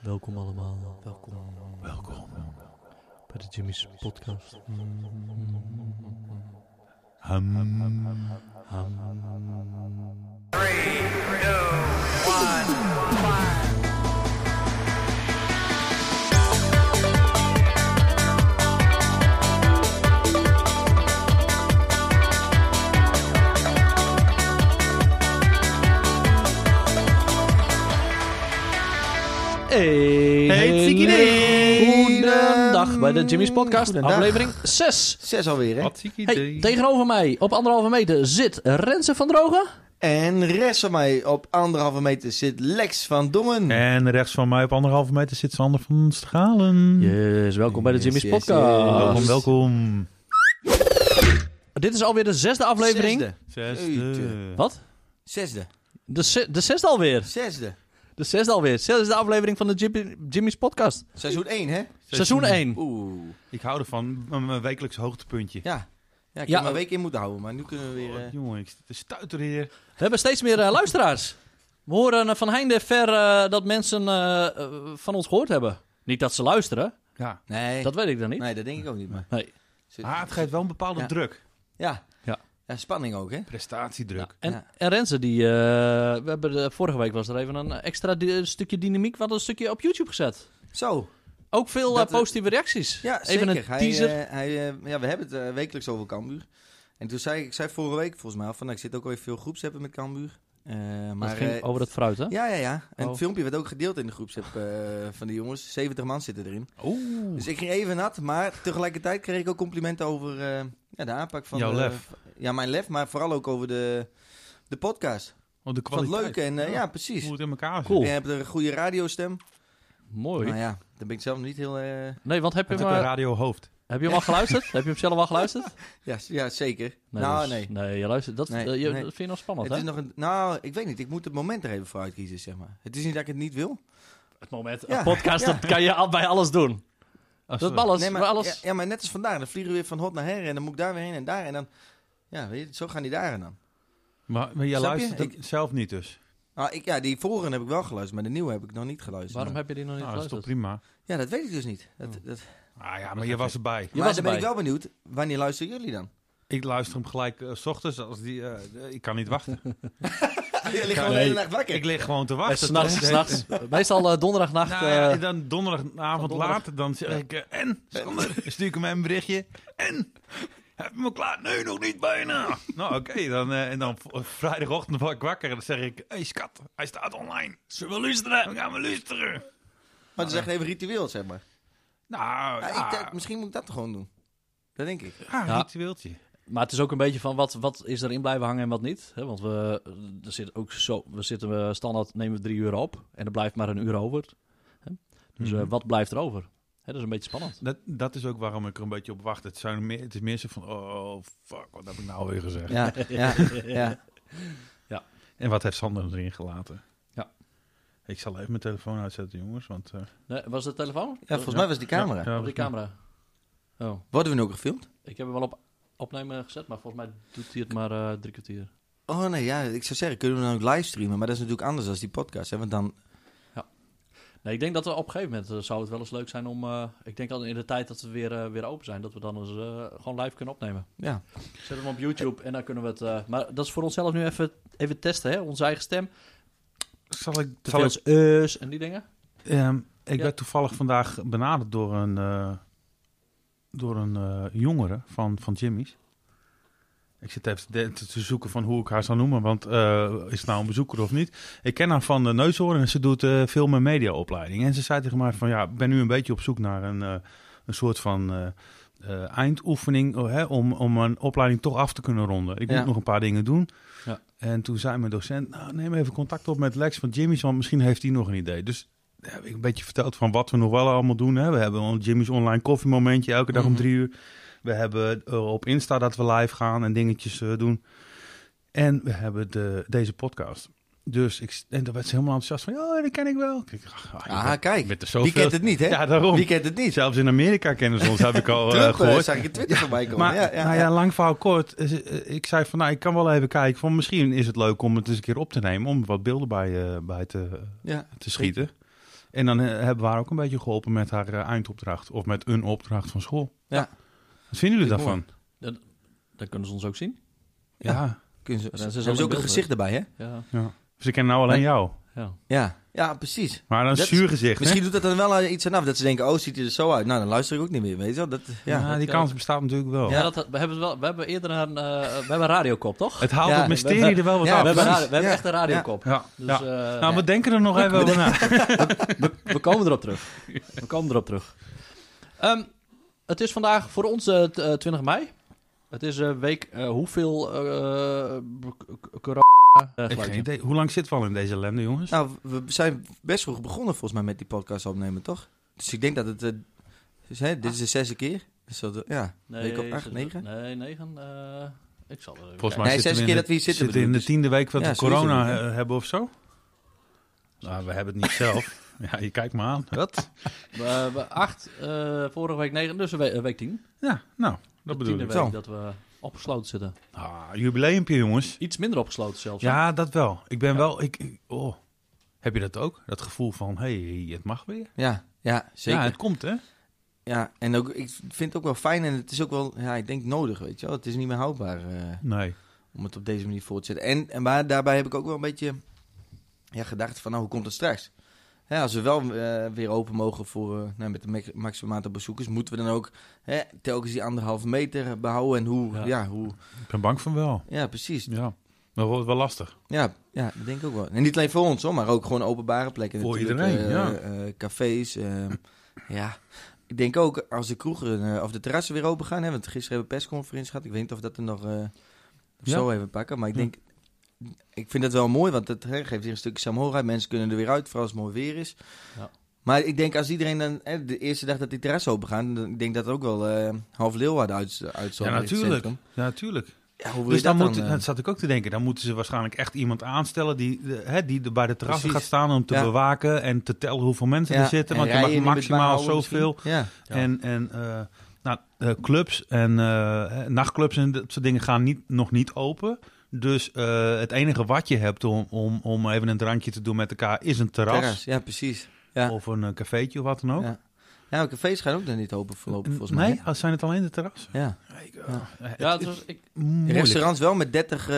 Welkom allemaal. Welkom. Welkom. Bij de Jimmy's podcast. Hey, tsikkie dee. Goedendag bij de Jimmy's podcast, Goedendag. aflevering 6. Zes alweer, hè? Hey, tegenover mij op anderhalve meter zit Rensen van Drogen. En rechts van mij op anderhalve meter zit Lex van Dongen. En rechts van mij op anderhalve meter zit Sander van Stralen. Yes, welkom bij de Yes, Jimmy's yes, podcast. yes. Welkom, welkom. Dit is alweer de zesde aflevering. Zesde. Zesde. Wat? Zesde. De, ze- de zesde alweer. Zesde. De zesde alweer. Zesde aflevering van de Jimmy- Jimmy's podcast. Seizoen 1, hè? Seizoen 1. Oeh. Ik hou ervan, m- mijn wekelijks hoogtepuntje. Ja. Ja, ik Ja. heb maar een week in moeten houden, maar nu kunnen we weer... Oh, eh, jongen, ik stuiter hier. We hebben steeds meer eh, luisteraars. We horen eh, van heinde ver eh, dat mensen eh, eh, van ons gehoord hebben. Niet dat ze luisteren, Ja. Nee. dat weet ik dan niet. nee, dat denk ik ook niet, maar... Nee. Zit- Ah, het geeft wel een bepaalde Ja. druk. Ja. Ja. Ja, spanning ook, hè? Ja, Prestatiedruk. en, Ja. en Renze, die, eh, we hebben de- vorige week was er even een extra di- stukje dynamiek, wat een stukje op YouTube gezet. Zo. Ook veel eh, Dat, eh, positieve reacties. Ja, even zeker. een teaser. Hij, eh, hij, eh, ja, we hebben het eh, wekelijks over Cambuur. En toen zei ik, ik zei vorige week volgens mij, al van, nou, ik zit ook alweer veel groepsappen met Cambuur. Eh, maar, maar, ging eh, over dat fruit, hè? Ja, ja, ja. En Oh. het filmpje werd ook gedeeld in de groepsapp eh, van die jongens. 70 man zitten erin. Oeh. Dus ik ging even nat, maar tegelijkertijd kreeg ik ook complimenten over eh, ja, de aanpak van... Jouw de- lef. Ja, mijn lef, maar vooral ook over de, de podcast. Oh, de Wat kwaliteit. leuk en eh, ja. precies. Hoe het in elkaar zit. Cool. Je hebt een goede radiostem. Mooi. Nou ja, daar ben ik zelf niet heel... eh, Nee, want heb je hem, Het is ook een eh, radiohoofd. heb je hem al geluisterd? heb je hem zelf al geluisterd? Ja, s- ja zeker. nou, dat is- nee. Nee, je luistert, dat, Nee, eh, je, nee. dat vind je nog spannend, Het hè? is nog een, nou, ik weet niet. Ik moet het moment er even voor uitkiezen, zeg maar. Het is niet dat ik het niet wil. Het moment, Ja, een podcast, ja. dat kan je al bij alles doen. Als Dat we- ballen, Nee, maar, alles. Ja, ja, maar net als vandaag. Dan vliegen we weer van hot naar her en dan moet ik daar weer heen en daar. En dan... Ja, weet je, zo gaan die dagen dan. Maar, maar jij Snap je? luistert het zelf niet dus. Ah, ik, ja, die vorige heb ik wel geluisterd, maar de nieuwe heb ik nog niet geluisterd. Waarom heb je die nog niet Nou, dat is toch geluisterd? prima. Ja, dat weet ik dus niet. Dat, dat... Ah ja, maar je was erbij. Je maar was dan ben ik erbij. wel benieuwd, wanneer luisteren jullie dan? Ik luister hem gelijk eh, s ochtends. Als die, eh, ik kan niet wachten. jullie gaan Nee. de hele nacht wakker. Ik lig gewoon te wachten. Eh, s'nachts, tot- s'nachts. Meestal eh, donderdagnacht. Nou ja, eh, en dan donderdagavond van donderdag. later, dan zeg ik, eh, en, Sander, stuur ik hem een berichtje, en, heb je me klaar? Nee, nog niet bijna. nou, oké, dan, eh, en dan v- vrijdagochtend word ik wakker en dan zeg ik, hé hey, skat, hij staat online. Zullen we luisteren? We gaan we luisteren. Maar het is echt even ritueel, zeg maar. Nou, Ja, ja, ik denk, misschien moet ik dat gewoon doen. Dat denk ik. ja, Ja. ritueeltje. Maar het is ook een beetje van wat, wat is erin blijven hangen en wat niet. Hè? Want we, eh, er zit ook zo, we zitten eh, standaard nemen we drie uur op en er blijft maar een uur over. Hè? Dus eh, Mhm. wat blijft er over? Hè, dat is een beetje spannend. Dat, dat is ook waarom ik er een beetje op wacht. Het, zijn meer, het is meer zo van, oh, fuck, wat heb ik nou weer gezegd? Ja, ja, ja. En wat heeft Sander erin gelaten? Ja. Ik zal even mijn telefoon uitzetten, jongens, want... eh, Nee, was het de telefoon? ja volgens mij was die camera. ja, ja, Of die camera? Oh, Worden we nu ook gefilmd? ik heb hem wel op opnemen gezet, maar volgens mij doet hij het maar eh, drie kwartier. Oh nee, ja, ik zou zeggen, kunnen we dan ook livestreamen? Maar dat is natuurlijk anders dan die podcast, hè? Want dan... Nee, ik denk dat we op een gegeven moment eh, zou het wel eens leuk zijn om... eh, ik denk al in de tijd dat we weer, eh, weer open zijn, dat we dan eens eh, gewoon live kunnen opnemen. Ja, Zet hem op YouTube en dan kunnen we het. eh, maar dat is voor onszelf nu even, even testen, hè? Onze eigen stem. Zal ik, Te zal veel ik is, eh, en die dingen. Ehm, ik Ja. werd toevallig vandaag benaderd door een, eh, door een eh, jongere van, van Jimmy's. Ik zit even te- te, te zoeken van hoe ik haar zou noemen, want eh, is het nou een bezoeker of niet? Ik ken haar van de neushoorn en ze doet eh, film- en mediaopleiding. En ze zei tegen mij van ja, ik ben nu een beetje op zoek naar een, eh, een soort van eh, eh, eindoefening oh, hè, om, om een opleiding toch af te kunnen ronden. Ik Ja. moet nog een paar dingen doen. Ja. En toen zei mijn docent, nou neem even contact op met Lex van Jimmy's, want misschien heeft hij nog een idee. Dus ja, heb ik een beetje verteld van wat we nog wel allemaal doen. Hè. We hebben een Jimmy's online koffiemomentje elke dag om Mhm. drie uur. We hebben eh, op Insta dat we live gaan en dingetjes eh, doen. En we hebben de, deze podcast. Dus ik, en daar werd ze helemaal enthousiast van, ja, dat ken ik wel. Ik, ach, ach, je Ah, bent- je kijk. bent er Wie zoveel. kent het niet, hè? Ja, daarom. Wie kent het niet? Zelfs in Amerika kennen ze ons, heb ik al eh, Trump, eh, gehoord. zag ik in Twitter voorbij komen. Maar ja, ja, nou ja. ja, lang verhaal kort. eh, eh, Ik zei van, nou, ik kan wel even kijken. Van, misschien is het leuk om het eens een keer op te nemen. Om wat beelden bij, eh, bij te, Ja. te schieten. En dan eh, hebben we haar ook een beetje geholpen met haar eh, eindopdracht. Of met een opdracht van school. Ja. Wat vinden jullie Vind ik daarvan? Dan kunnen ze ons ook zien. Ja. Kunnen ze, Ja, ze dat is hebben ze wel ook een een beeld, gezicht erbij, hè? Ja, Ze kennen nou alleen jou. ja. Ja, ja precies. Maar een Dat- zuur gezicht, hè? Misschien doet dat dan wel eh, iets aan af. Dat ze denken, oh, ziet hij er zo uit. Nou, dan luister ik ook niet meer, weet je wel. Dat, ja. Ja, die dat- kans bestaat natuurlijk wel. Ja, dat, we, hebben wel, we hebben eerder een, eh, we hebben een radiokop, toch? Het haalt Ja. het mysterie er wel wat Ja, we af. hebben, een precies. radio- we hebben Ja. echt een radiokop. Ja. Dus, Ja. eh, Nou, we denken er nog even over na. we komen erop terug. We komen erop terug. Ehm, het is vandaag voor ons eh, t- eh, 20 mei. Het is eh, week eh, hoeveel eh, k- k- corona... eh, Ik heb geen geluidje. idee. Hoe lang zitten we al in deze ellende, jongens? Nou, we zijn best vroeg begonnen volgens mij met die podcast opnemen, toch? Dus ik denk dat het... eh, dus, hè, dit is de zesde keer. Dus dat, ja, week op acht, ze- negen? Nee, 9. ik zal er even Volgens kijken. mij Nee, zitten zes we in keer de- dat we hier zitten, in bedoel de ik. tiende week dat Ja, we sowieso corona niet, hè? eh, hebben of zo. Nou, we hebben het niet zelf. ja, je kijkt me aan. Wat? We- we acht, eh, vorige week 9, dus een we- eh, week 10. Ja, nou, dat De bedoel tiende ik. week Zo. dat we opgesloten zitten. Ah, jubileumpje, jongens. Iets minder opgesloten zelfs. hè? Ja, dat wel. Ik ben wel... Ik, ik- oh. Heb je dat ook? Dat gevoel van, hé, hey, het mag weer. Ja, ja, zeker. Ja, Ja, het komt, hè? en ook, ik vind het ook wel fijn en het is ook wel, ja, ik denk nodig, weet je wel. Het is niet meer houdbaar eh, Nee. om het op deze manier voor te zetten. En, en maar daarbij heb ik ook wel een beetje ja, gedacht van, nou, hoe komt dat straks? Hè, als we wel eh, weer open mogen voor, eh, nou, met de max- maximum aantal bezoekers, moeten we dan ook hè, telkens die anderhalve meter behouden en hoe, Ja. ja, hoe, Ik ben bang van wel. ja, precies. Ja. Dat wordt wel lastig. Ja, ja, dat denk ik ook wel. En niet alleen voor ons, hoor, maar ook gewoon openbare plekken. Voor natuurlijk. iedereen, Eh, ja. eh, cafés, eh, ja. Ik denk ook als de kroegen eh, of de terrassen weer open gaan. Hè, want gisteren hebben we persconferentie gehad. Ik weet niet of dat er nog eh, of Ja. zo even pakken. Maar ik Ja. denk, ik vind dat wel mooi. Want het hè, geeft weer een stukje saamhorigheid. Mensen kunnen er weer uit, vooral als het mooi weer is. Ja. Maar ik denk als iedereen dan hè, de eerste dag dat die terrassen open gaan. Dan, ik denk dat er ook wel eh, half Leeuwarden uit, uitzond. Ja, natuurlijk. Ja, natuurlijk. Ja, hoe wil Dus je dat dan, dan? moet, eh? dat zat ik ook te denken, dan moeten ze waarschijnlijk echt iemand aanstellen die, de- hè, die er bij de terrassen Precies. gaat staan om te Ja. bewaken en te tellen hoeveel mensen Ja, er zitten. en Want je mag rijen niet met maximaal bouwen misschien. zoveel. Ja. Ja. En, en eh, nou, eh, clubs en eh, hè, nachtclubs en dat soort dingen gaan niet, nog niet open. Dus eh, het enige wat je hebt om, om, om even een drankje te doen met elkaar is een terras. Terras, ja, precies. ja. Of een eh, cafeetje of wat dan ook. Ja. Ja, maar cafés gaan ook dan niet open voorlopig, volgens mij. nee, Oh, zijn het alleen de terrassen? eh, hè? Ja. ja het was, ik, Moeilijk. Restaurants wel met 30, eh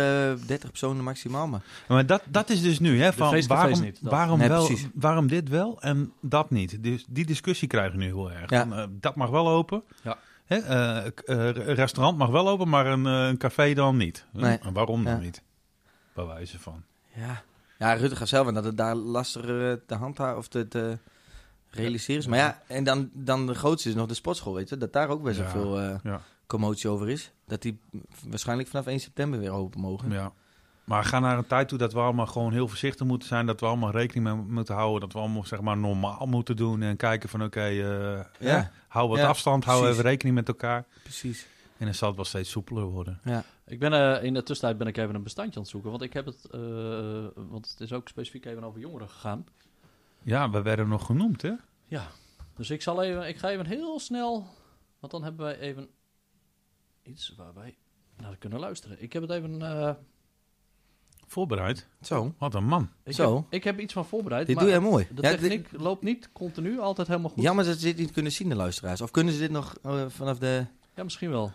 30 personen maximaal, maar... Maar dat, dat is dus nu, hè? Van feestcafés waarom, niet, dat. waarom, Nee, wel, precies. waarom dit wel en dat niet? Dus die discussie krijgen we nu heel erg. Ja. Van, eh, dat mag wel open. Ja. Hè? eh, k- eh, restaurant mag wel open, maar een, eh, een café dan niet. Hm, Nee. en Waarom dan Ja. niet? Bij wijze van. Ja, ja Rutte gaat zelf en dat het daar lastiger eh, te handhaven of te, te realiseren is. Maar ja, en dan, dan de grootste is nog de sportschool, weet je. Dat daar ook best wel Ja, veel eh, ja. commotie over is. Dat die waarschijnlijk vanaf 1 september weer open mogen. Ja. Maar ga naar een tijd toe dat we allemaal gewoon heel voorzichtig moeten zijn. Dat we allemaal rekening mee moeten houden. Dat we allemaal zeg maar normaal moeten doen. En kijken van oké, eh, hè, hou wat Ja, afstand. Hou precies. even rekening met elkaar. precies. En dan zal het wel steeds soepeler worden. ik ben, eh, in de tussentijd ben ik even een bestandje aan het zoeken. Want ik heb het, eh, want het is ook specifiek even over jongeren gegaan. Ja, we werden nog genoemd hè? Ja, dus ik, zal even, ik ga even heel snel, want dan hebben wij even iets waar wij naar kunnen luisteren. Ik heb het even... eh, Voorbereid. Zo, Wat een man. ik, Zo. Heb, ik heb iets van voorbereid, dit maar doe jij mooi. de Ja, dit- techniek loopt niet continu altijd helemaal goed. Ja, jammer dat ze dit niet kunnen zien, de luisteraars. Of kunnen ze dit nog eh, vanaf de... misschien wel.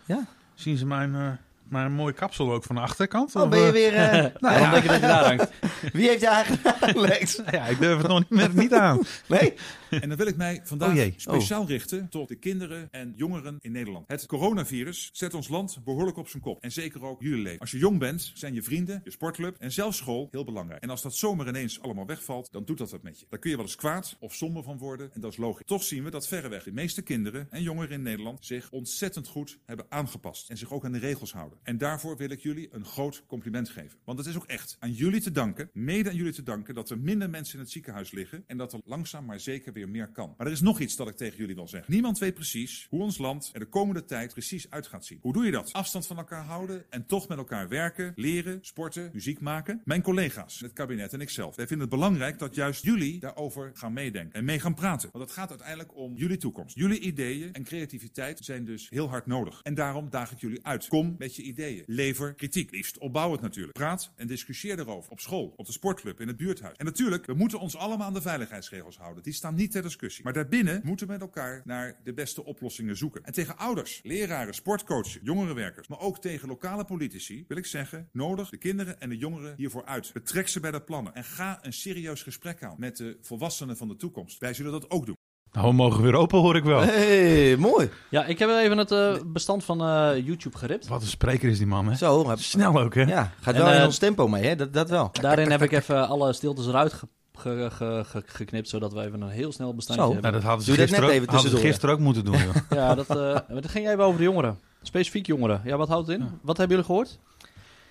Zien ze mijn, eh, mijn mooie kapsel ook van de achterkant? Oh, Of, ben je eh, weer... eh, nou, Waarom denk je dat je daar hangt? Wie heeft je eigenlijk Lex? ja, ik durf het nog niet, meer, niet aan. Nee? En dan wil ik mij vandaag Oh jee. speciaal richten tot de kinderen en jongeren in Nederland. Het coronavirus zet ons land behoorlijk op zijn kop. En zeker ook jullie leven. Als je jong bent, zijn je vrienden, je sportclub en zelfs school heel belangrijk. En als dat zomaar ineens allemaal wegvalt, dan doet dat wat met je. Daar kun je wel eens kwaad of somber van worden. En dat is logisch. Toch zien we dat verreweg de meeste kinderen en jongeren in Nederland zich ontzettend goed hebben aangepast. En zich ook aan de regels houden. En daarvoor wil ik jullie een groot compliment geven. Want het is ook echt aan jullie te danken, mede aan jullie te danken, dat er minder mensen in het ziekenhuis liggen. En dat er langzaam maar zeker weer weer meer kan. Maar er is nog iets dat ik tegen jullie wil zeggen. Niemand weet precies hoe ons land er de komende tijd precies uit gaat zien. Hoe doe je dat? Afstand van elkaar houden en toch met elkaar werken, leren, sporten, muziek maken? Mijn collega's, het kabinet en ikzelf. Wij vinden het belangrijk dat juist jullie daarover gaan meedenken en mee gaan praten. Want het gaat uiteindelijk om jullie toekomst. Jullie ideeën en creativiteit zijn dus heel hard nodig. En daarom daag ik jullie uit. Kom met je ideeën. Lever kritiek. Liefst opbouwend natuurlijk. Praat en discussieer erover. Op school, op de sportclub, in het buurthuis. En natuurlijk, we moeten ons allemaal aan de veiligheidsregels houden. Die staan niet ter discussie. Maar daarbinnen moeten we met elkaar naar de beste oplossingen zoeken. En tegen ouders, leraren, sportcoaches, jongerenwerkers, maar ook tegen lokale politici wil ik zeggen: nodig de kinderen en de jongeren hiervoor uit. Betrek ze bij de plannen en ga een serieus gesprek aan met de volwassenen van de toekomst. Wij zullen dat ook doen. Nou, we mogen weer open, hoor ik Oh. wel. hey, mooi. Ja, ik heb even het eh, bestand van eh, YouTube geript. Wat een spreker is die man, hè? Zo, maar- Snel ook, hè? ja, gaat En, wel in eh, ons tempo mee, hè? Dat, dat wel. Daarin heb ik even alle stiltes eruit ge- ge- ge- ge- geknipt, zodat we even een heel snel bestandje Zo. hebben. Nou, dat hadden ze Doe dat gisteren, net ook, even hadden ze tussendoor, gisteren ook moeten doen, joh. Ja, dat, eh, maar dat ging jij even over de jongeren. Specifiek jongeren. Ja, wat houdt het in? Wat hebben jullie gehoord?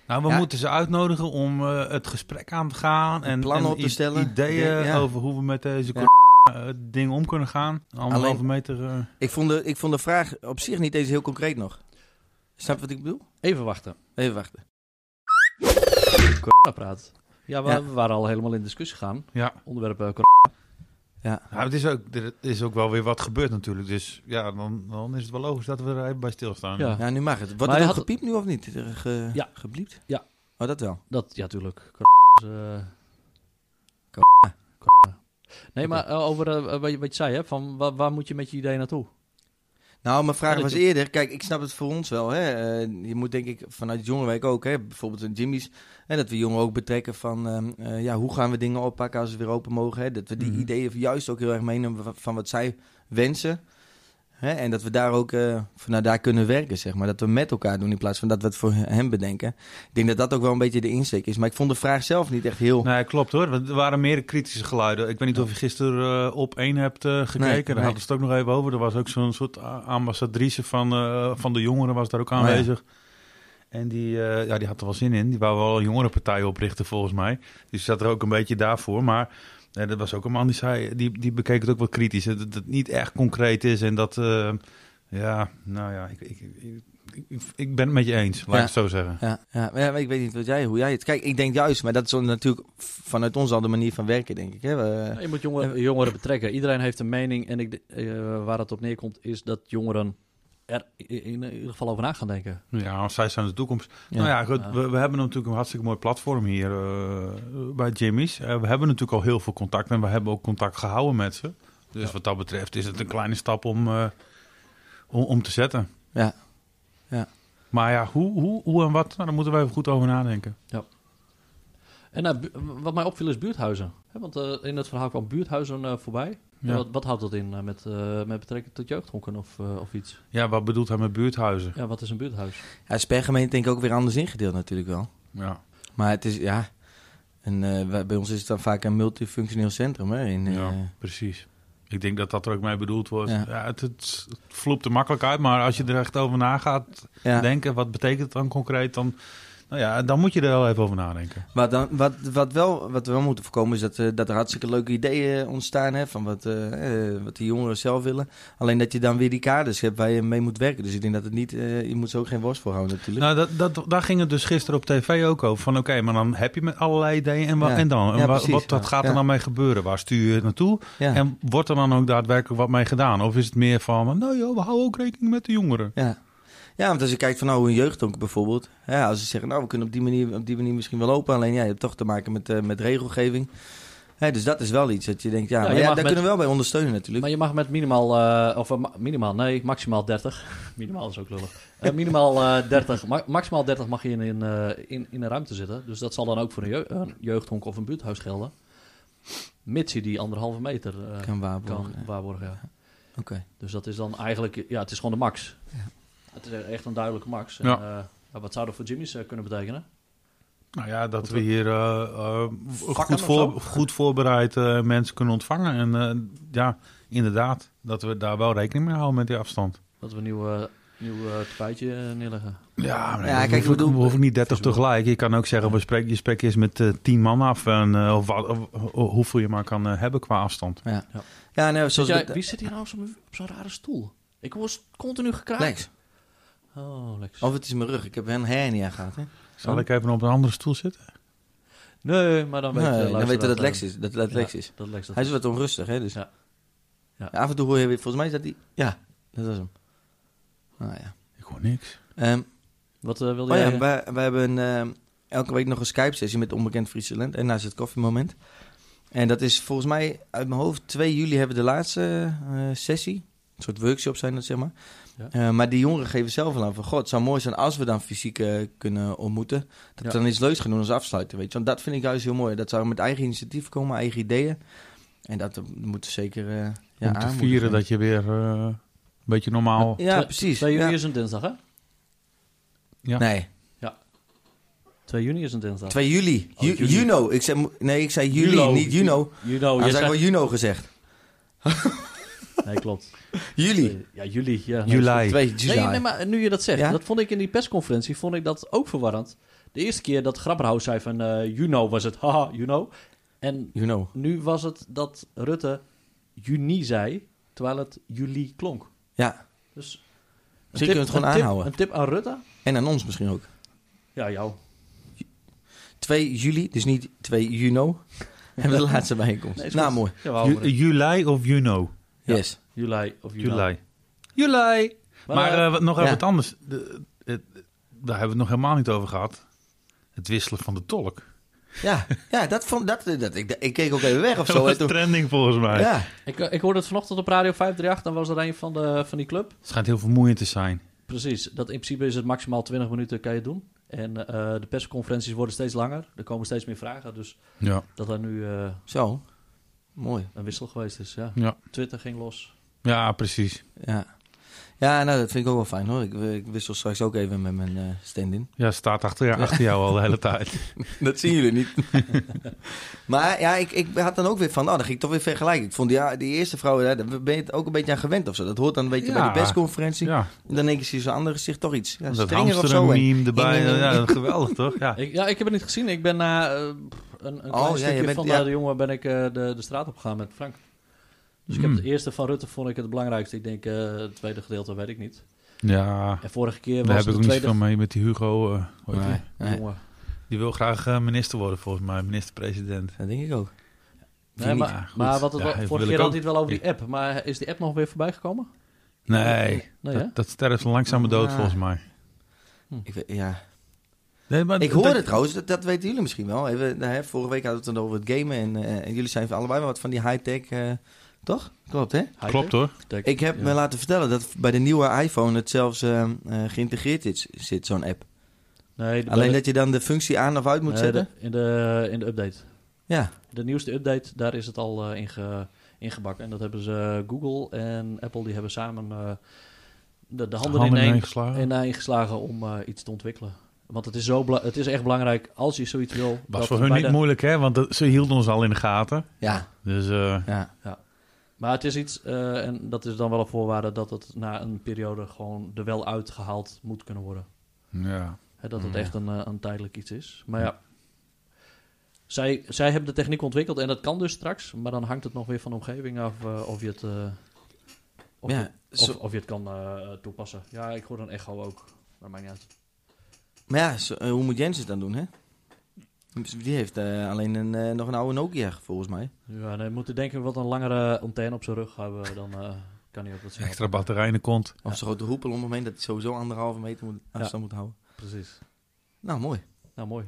Nou, we Ja. moeten ze uitnodigen om eh, het gesprek aan te gaan. En plannen en op te i- stellen. Ideeën Ja. over hoe we met deze Ja. ding om kunnen gaan. Anderhalve Alleen- meter. eh, Ik vond, de, ik vond de vraag op zich niet eens heel concreet nog. Snap je wat ik bedoel? Even wachten. Even wachten. Ja, praat. Ja, we, Ja. we waren al helemaal in discussie gegaan. ja. Onderwerpen. eh, Nou, het is ook, er is ook wel weer wat gebeurd natuurlijk. Dus ja, dan, dan is het wel logisch dat we er even bij stilstaan. Ja. Ja, nu mag het. Maar Wordt hij er ook had- gepiept nu of niet? Eh, Ge, Ja. Gebliept? Ja. Oh, dat wel. Dat, ja, tuurlijk. Is, eh, K- K- Nee, maar eh, over eh, wat, je, wat je zei, hè, van waar, waar moet je met je idee naartoe? Nou, mijn vraag Ja, dat was je- eerder. Kijk, ik snap het voor ons wel. Hè. Eh, je moet denk ik vanuit Jongerenwijk ook, hè, bijvoorbeeld in Jimmy's, hè, dat we jongeren ook betrekken van ehm, eh, ja, hoe gaan we dingen oppakken als we weer open mogen. Hè. Dat we die Mhm. ideeën juist ook heel erg meenemen van- van wat zij wensen. Hè, en dat we daar ook eh vanuit daar kunnen werken, zeg maar. Dat we met elkaar doen in plaats van dat we het voor hem bedenken. Ik denk dat dat ook wel een beetje de insteek is. Maar ik vond de vraag zelf niet echt heel... Nee, klopt hoor. Er waren meer kritische geluiden. Ik weet niet of je gisteren eh, op één hebt eh, gekeken. Nee, Daar nee. hadden ze het ook nog even over. Er was ook zo'n soort a- ambassadrice van, eh, van de jongeren was daar Oh, ook aanwezig. En die, eh, ja, die had er wel zin in. Die wou wel een jongerenpartij oprichten volgens mij. Die zat er ook een beetje daarvoor. Maar eh, dat was ook een man die zei, die, die bekeek het ook wel kritisch. hè, Dat het niet echt concreet is en dat... eh, ja, nou ja, ik, ik, ik, ik, ik ben het met je eens, laat Ja. ik het zo zeggen. Ja, ja, maar ja, maar ik weet niet wat jij, hoe jij het... Kijk, ik denk juist, maar dat is dan natuurlijk vanuit ons al de manier van werken, denk ik. Hè. We- Nou, je moet jongen, jongeren betrekken. Iedereen heeft een mening en ik, de- eh, waar het op neerkomt is dat jongeren er i- in, ieder geval over na gaan denken. Ja, want zij zijn de toekomst. Ja. Nou ja, goed, Ja. we, we hebben natuurlijk een hartstikke mooi platform hier eh, bij Jimmy's. Eh, we hebben natuurlijk al heel veel contact en we hebben ook contact gehouden met ze. Dus wat dat betreft is het een kleine stap om, eh, om, om te zetten. Ja. Ja. Maar ja, hoe, hoe, hoe en wat, nou, daar moeten we even goed over nadenken. En eh, bu- wat mij opviel is buurthuizen. Hè, want eh, in het verhaal kwam buurthuizen eh, voorbij. Ja. En Wat, wat houdt dat in eh, met, eh, met betrekking tot jeugdhonken of, eh, of iets? Ja, wat bedoelt hij met buurthuizen? Ja, wat is een buurthuis? Ja, is per gemeente denk ik ook weer anders ingedeeld natuurlijk wel. Ja. Maar het is, ja... En, eh, wij- bij ons is het dan vaak een multifunctioneel centrum, hè. In, eh, Ja, precies. Ik denk dat dat er ook mee bedoeld wordt. Ja. Ja. het, het, het floept er makkelijk uit, maar als je er echt over na gaat ja. denken, wat betekent het dan concreet, dan, nou ja, dan moet je er wel even over nadenken. Maar dan, wat, wat, wel, wat we wel moeten voorkomen is dat, eh, dat er hartstikke leuke ideeën eh, ontstaan, hè. Van wat, eh, eh, wat die jongeren zelf willen. Alleen dat je dan weer die kaders hebt waar je mee moet werken. Dus ik denk dat het niet... eh, je moet ze ook geen worst voor houden natuurlijk. Nou, dat, dat, daar ging het dus gisteren op tv ook over. Van oké, maar dan heb je met allerlei ideeën en, wa- Ja. en dan? En Ja, wa- precies, wat, wat ja. gaat er Ja. dan mee gebeuren? Waar stuur je het naartoe? ja. En wordt er dan ook daadwerkelijk wat mee gedaan? Of is het meer van, nou joh, we houden ook rekening met de jongeren? Ja. ja, want als je kijkt van nou, een jeugdhonk bijvoorbeeld. Ja, als ze zeggen, nou, we kunnen op die manier, op die manier misschien wel lopen. Alleen ja, je hebt toch te maken met, eh, met regelgeving. Hè, dus dat is wel iets dat je denkt, ja, Ja, maar je ja, mag daar met- kunnen we wel bij ondersteunen natuurlijk. Maar je mag met minimaal, eh, of eh, ma- minimaal, nee, maximaal 30. Minimaal is ook lullig. Eh, minimaal eh 30, ma- maximaal 30 mag je in, in, eh, in, in een ruimte zitten. Dus dat zal dan ook voor een, jeu- een jeugdhonk of een buurthuis gelden. Mits je die anderhalve meter eh, kan waarborgen. kan waarborgen. Ja. Oké. Dus dat is dan eigenlijk, ja, het is gewoon de max. Het is echt een duidelijke max. En, Ja. eh, ja, wat zou dat voor Jimmy's eh, kunnen betekenen? Nou ja, dat we hier eh, eh, Vakken goed, of voor, zo? goed voorbereid eh, mensen kunnen ontvangen. En eh, ja, inderdaad, dat we daar wel rekening mee houden met die afstand. Dat we nieuwe nieuw eh, tapijtje eh, neerleggen. Ja, maar Ja, ja, kijk, kijk, ik hoef, ik, bedoel- hoef ik niet 30 tegelijk. Je kan ook zeggen, we spreken, je spreekt eerst met eh, 10 man af. En, eh, of, wat- of- of- hoeveel je maar kan eh, hebben qua afstand. Ja, nou, zoals Jij- ik dat- wie zit hier nou op zo'n- op zo'n rare stoel? Ik word continu gekraakt. Lex. Oh, Lex. Of het is mijn rug. Ik heb een hernia gehad, hè? Zal ik even op een andere stoel zitten? Nee, maar dan weet Nee, de dan luisteraar weten dat eh, Lex is. Dat, dat ja, Lex is. Dat Lex dat Hij is is. wat onrustig, hè? Dus. Ja. Ja. Af en toe hoor je weer... Volgens mij is dat die... Ja, dat was hem. Nou ja. Ik hoor niks. Ehm, Wat eh, wilde Oh jij? ja, wij, wij hebben ehm, elke week nog een Skype-sessie met Onbekend Friesland. En naast het koffiemoment. En dat is volgens mij uit mijn hoofd 2 juli hebben we de laatste eh, sessie. Een soort workshop zijn dat, zeg maar. Ja. Eh, maar die jongeren geven zelf al aan van... God, het zou mooi zijn als we dan fysiek eh, kunnen ontmoeten. Dat Ja. we dan iets leuks gaan doen als afsluiten, weet je. Want dat vind ik juist heel mooi. Dat ze met eigen initiatief komen, eigen ideeën. En dat eh, moeten we zeker eh ja, Om te aanmoedigen. vieren dat je weer eh, een beetje normaal... Ja, Twee- precies. 2 juni Ja. is een dinsdag, hè? Ja. Nee, 2 juni is een dinsdag. 2 juli. Oh, Ju- juli. Juno. Ik zei, mo- nee, ik zei juli, Julo. niet Juno. Juno, Hij jij zei zegt- wel Juno gezegd. Nee, klopt. Juli. Eh, Ja, juli. Ja, nee, Juli. Twee Nee, juli. nee, maar nu je dat zegt, Ja? dat vond ik in die persconferentie vond ik dat ook verwarrend. De eerste keer dat Grapperhaus zei van eh Juno was het, haha, Juno. En Juno. nu was het dat Rutte juni zei, terwijl het juli klonk. Ja. Dus een Dus je kunt het gewoon een tip- aanhouden. een tip aan Rutte? En aan ons misschien ook. Ja, jou. 2 juli, dus niet 2 Juno. Hebben we de laatste bijeenkomst. Nee, is nou, goed. mooi. Jawel, Ju- Rutte. juli of Juno? Ja. Yes. juli of Juno. Juli. Juli. Maar, Maar, eh, eh, wat- nog even ja. wat anders. De- het- daar hebben we het nog helemaal niet over gehad. Het wisselen van de tolk. Ja, ja dat vond dat, dat ik, ik keek ook even weg of Dat zo. was En toen- trending volgens mij. ja. Ik, eh, ik hoorde het vanochtend op Radio 538, dan was er een van, de, van die club. Het schijnt heel vermoeiend te zijn. Precies, dat in principe is het maximaal 20 minuten kan je het doen. En eh, de persconferenties worden steeds langer, er komen steeds meer vragen. Dus Ja. dat er nu eh, Zo. Mooi. een wissel geweest is, ja. Ja, Twitter ging los. ja precies. Ja. Ja, nou, dat vind ik ook wel fijn hoor. Ik, ik wissel straks ook even met mijn eh, stand-in. Ja, staat achter, ja, achter jou al de hele tijd. Dat zien jullie niet. maar ja, ik, ik had dan ook weer van, oh, dan ging ik toch weer vergelijken. Ik vond die, die eerste vrouw, ja, daar ben je het ook een beetje aan gewend of zo. Dat hoort dan een Ja. beetje bij de persconferentie. Ja, En dan denk je, zie je zo'n ander gezicht toch iets. Ja, dat strenger of zo. en- hamstermeme erbij. Ding, ding, ding. Ja, geweldig toch? Ja. Ik, ja, ik heb het niet gezien. Ik ben na eh, pff, een, een Oh, klein ja, stukje je bent- van ja. eh, de jongen ben ik eh, de, de straat opgegaan met Frank. Dus ik heb Mm. het eerste van Rutte vond ik het belangrijkste. Ik denk eh, het tweede gedeelte weet ik niet. ja, En vorige keer daar was heb ik de ook niet tweede... van mee met die Hugo. eh, hoe heet Nee, die? nee, Jongen. Die wil graag eh, minister worden volgens mij, minister-president. dat denk ik ook. Nee, Vind ik maar, goed. maar wat het Ja, wel- dat wil vorige ik keer ook. had hij het wel over die app. Maar is die app nog weer voorbij gekomen? Nee, Nee, hè? dat, dat sterft een langzame dood Ja. volgens mij. Ik, weet- ja. Nee, maar ik hoorde dat- trouwens, dat, dat weten jullie misschien wel. Even, nou, hè, vorige week hadden we het dan over het gamen. En, eh, en jullie zijn van allebei wel wat van die high-tech, eh, toch? Klopt, hè? Hightech? Klopt hoor. Tech. Ik heb Ja. me laten vertellen dat bij de nieuwe iPhone het zelfs eh, eh, geïntegreerd is, zit, zo'n app. Nee, de- Alleen de- dat je dan de functie aan of uit moet nee, zetten. de- in, de, in de update. Ja, De nieuwste update, daar is het al eh, in ge- ingebakken. En dat hebben ze eh, Google en Apple, die hebben samen eh, de, de handen, Handen ineen, ineengeslagen. ineen geslagen om eh, iets te ontwikkelen. Want het is, zo bela- het is echt belangrijk, als je zoiets wil... Was dat het voor hun bij niet de- moeilijk, hè? Want dat- ze hielden ons al in de gaten. ja, Dus eh, ja. Maar het is iets, eh, en dat is dan wel een voorwaarde... dat het na een periode gewoon er wel uitgehaald moet kunnen worden. ja. Hè, dat het Mm, Ja. echt een, eh, een tijdelijk iets is. Maar ja, zij, zij hebben de techniek ontwikkeld en dat kan dus straks. Maar dan hangt het nog weer van de omgeving af eh, of je het... eh, of Ja, je- Of, zo- of je het kan eh, toepassen. Ja, ik hoor dan echo ook. Maar maakt niet uit. Maar ja, zo- eh, hoe moet Jens het dan doen, hè? Die heeft eh, alleen een, eh, nog een oude Nokia, volgens mij. Ja, nee, we moeten denken wat een langere antenne op zijn rug hebben. Dan eh, kan hij ook wat zien. extra batterij in de kont. Of zo'n grote hoepel om hem heen, dat hij sowieso anderhalve meter moet, afstand moet houden. Precies. Nou, mooi. Nou, mooi.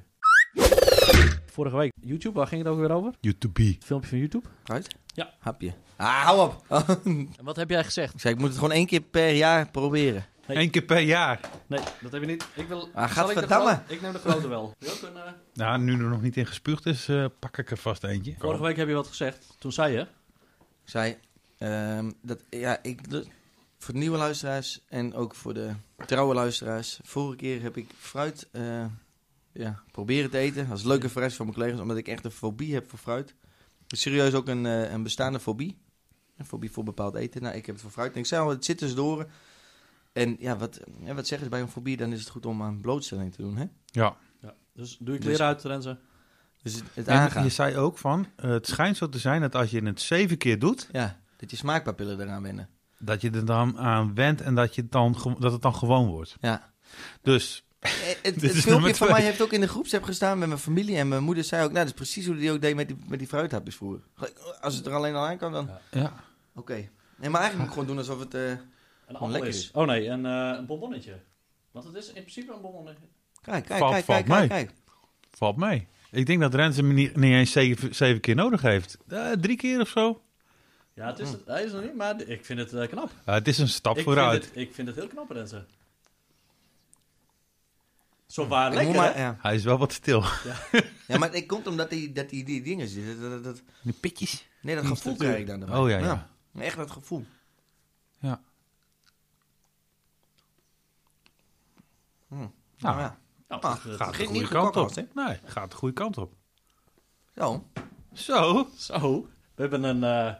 Vorige week, YouTube, waar ging het ook weer over? YouTube. Het filmpje van YouTube. Uit? Ja. Hapje. Ah, hou op! En wat heb jij gezegd? ik zei, ik moet het gewoon één keer per jaar proberen. Nee. Eén keer per jaar. Nee, dat heb je niet. Ik wil... Ah, Zal ik de gadverdamme. grote- Ik neem de grote wel. Wil je ook een, eh, Nou, nu er nog niet in gespuugd is, eh, pak ik er vast eentje. Vorige week heb je wat gezegd. Toen zei je... Ik zei, ehm, dat, ja, ik, de- voor de nieuwe luisteraars en ook voor de trouwe luisteraars. Vorige keer heb ik fruit eh, ja, proberen te eten. Dat is een leuke verrassing voor mijn collega's, omdat ik echt een fobie heb voor fruit. Serieus ook een, eh, een bestaande fobie. Een fobie voor bepaald eten. Nou, ik heb het voor fruit. En ik zei al, het zit tussendoor. En ja wat, ja, wat zeggen ze bij een fobie? Dan is het goed om aan blootstelling te doen, hè? Ja. Ja. Dus doe je Dus- kleren uit, Renze. Dus het, het En aangaan. je zei ook van, eh, het schijnt zo te zijn dat als je het zeven keer doet, Ja, dat je smaakpapillen eraan wennen. dat je er dan aan went en dat, je het dan, ge- dat het dan gewoon wordt. Ja. Dus, Eh, Het, is het nummer filmpje van twee. mij heeft ook in de groepsapp gestaan met mijn familie. En mijn moeder zei ook, nou, dat is precies hoe die ook deed met die, met die fruithapjes vroeger. Gelijk, Als het er alleen al aan kan, dan... Ja. Oké. ja. Nee, maar eigenlijk moet ik gewoon doen alsof het eh, Een appel lekker is. is. Oh nee, een, eh, een bonbonnetje. Want het is in principe een bonbonnetje. Kijk, kijk, Valt- kijk, valt kijk, kijk, mee. kijk. Valt mee. Ik denk dat Rens hem niet, niet eens zeven, zeven keer nodig heeft. Eh, drie keer of zo. Ja, het is Hm. het, hij is er niet, maar ik vind het eh, knap. Ja, het is een stap Ik vooruit. Vind het, ik vind het heel knap, Renze. Zo waar, Hm. Ik lekker moet maar- hè? ja. Hij is wel wat stil. ja, maar het komt omdat die, dat die, die dingen zitten. Dat, dat, dat- Die pitjes. nee, dat gevoel krijg ik dan erbij. Oh ja, ja. Echt dat gevoel. Ja. Hm. Nou, Nou, ja. Nou, Ah, het- het- Gaat de Geen goede nieuwe kant op. kokkast, hè? Nee, gaat de goede kant op. Zo. Zo. Zo, we hebben een eh,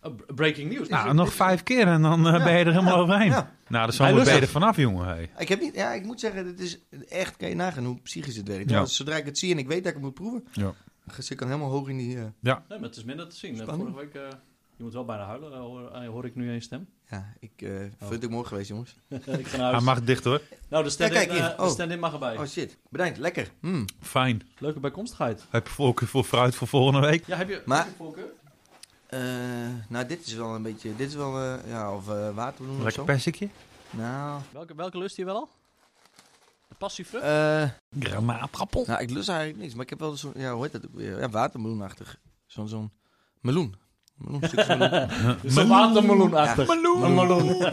een b- breaking news. Nou, nog vijf keer en dan eh, Ja. ben je er helemaal overheen. Ja. Nou, dat is Hij wel lust beter het. vanaf, jongen. Hey. Ik, heb niet, ja, ik moet zeggen, het is echt, kan je nagaan hoe psychisch het werkt. Ja. Want Dus Zodra ik het zie en ik weet dat ik het moet proeven, Ja. dan zit ik dan helemaal hoog in die... eh, Nee, maar het is minder te zien. Spannend. Vorige week, eh, je moet wel bijna huilen, eh, hoor, eh, hoor ik nu eens stem. ja, ik eh vind het mooi geweest, jongens. ik ga naar Hij huis. mag dicht hoor. Nou, de stand-in Ja, kijk hier. eh, de Oh. stand-in mag erbij. Oh shit, bedankt, lekker. Mm. Fijn. Leuke bijkomstigheid. Heb je voorkeur voor fruit voor volgende week? Ja, heb je, Maar- heb je voorkeur? Eh, nou, dit is wel een beetje, dit is wel, eh, ja, of eh waterbloem of Lekker zo. persikje. Nou, Welke, welke lust je wel al? De passievrucht? eh, Granaatappel. nou, ik lust eigenlijk niks, maar ik heb wel zo'n, ja, hoe heet dat ook weer? Ja, waterbloemachtig. Zo'n, zo'n meloen. Meloen, stukjes meloen. Dus een watermeloenachtig. Een meloen.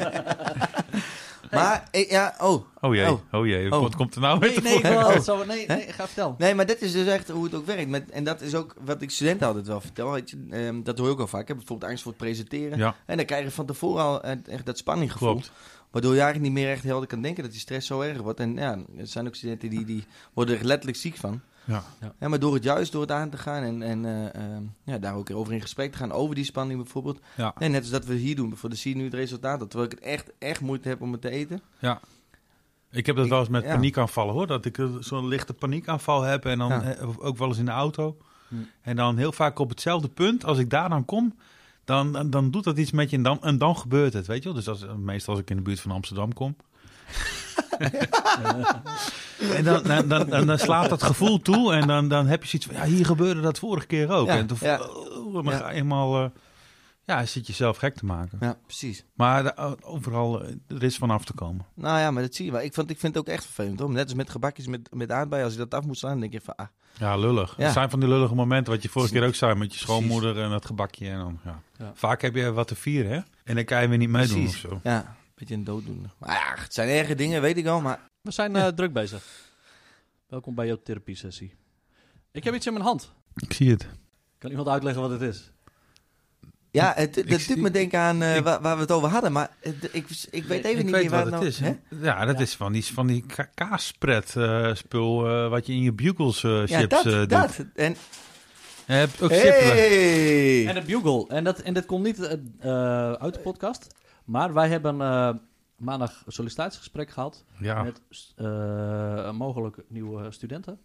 maar, eh, ja, oh, Oh jee, Oh. oh, jee. Oh. Wat komt er nou Nee, weer? nee, ik wil Oh. het zo- nee, nee, ga vertellen. Nee, maar dit is dus echt hoe het ook werkt. Met, en dat is ook wat ik studenten altijd wel vertel. Weet je, ehm, dat hoor je ook al vaak. Ik heb bijvoorbeeld angst voor het presenteren. Ja, En dan krijg je van tevoren al eh, echt dat spanninggevoel. klopt. Waardoor je eigenlijk niet meer echt helder kan denken dat die stress zo erg wordt. En ja, er zijn ook studenten die, die worden er letterlijk ziek van. Ja. Ja. Ja, maar door het juist, door het aan te gaan en, en eh, ehm, ja, daar ook over in gesprek te gaan over die spanning bijvoorbeeld. Ja. Nee, net als dat we hier doen. Bijvoorbeeld zie je nu het resultaat. Terwijl ik het echt, echt moeite heb om het te eten. Ik heb dat Ik- wel eens met ja. paniekaanvallen hoor. Dat ik eh, zo'n lichte paniekaanval heb en dan Ja. eh, ook wel eens in de auto. Hm. En dan heel vaak op hetzelfde punt, als ik daar dan kom, dan, dan, dan doet dat iets met je en dan, en dan gebeurt het, weet je wel. Dus dat is eh, meestal als ik in de buurt van Amsterdam kom. en dan, dan, dan, dan, dan slaat dat gevoel toe en dan, dan heb je zoiets van, ja, hier gebeurde dat vorige keer ook. Ja, en toen, ja. oh, dan Ja. ga je helemaal, eh, ja, zit jezelf gek te maken. Ja, precies. Maar eh, overal, eh, er is vanaf te komen. Nou ja, maar dat zie je wel. Ik, vond, ik vind het ook echt vervelend. Hoor. Net als met gebakjes met, met aardbeien. Als je dat af moet slaan, dan denk je van... Ah, Ja, lullig. Ja. Het zijn van die lullige momenten, wat je vorige keer ook zei, met je Precies. schoonmoeder en dat gebakje. En dan, ja. Ja. Vaak heb je wat te vieren, hè? En dan kan je weer niet meedoen of Precies. zo. ja, een beetje een dooddoende. Maar ja, het zijn erge dingen, weet ik wel. Maar We zijn eh, druk bezig. Welkom bij jouw therapie-sessie. Ik heb iets in mijn hand. Ik zie het. Kan iemand uitleggen wat het is? ja, het, dat Ik doet zie- me denken aan eh, ik- waar, waar we het over hadden. Maar eh, d- ik, ik weet even niet meer waar wat het nou- is. hè? Ja, dat Ja. is van die, van die ka- kaaspret eh, spul eh, wat je in je bugles eh, Ja, chips dat, eh, doet. dat. En, Je hebt ook chips. hey! En de bugle. En, dat, en dit komt niet eh, eh, uit de podcast. Maar wij hebben eh, maandag een sollicitatiegesprek gehad Ja, met eh, mogelijk nieuwe studenten.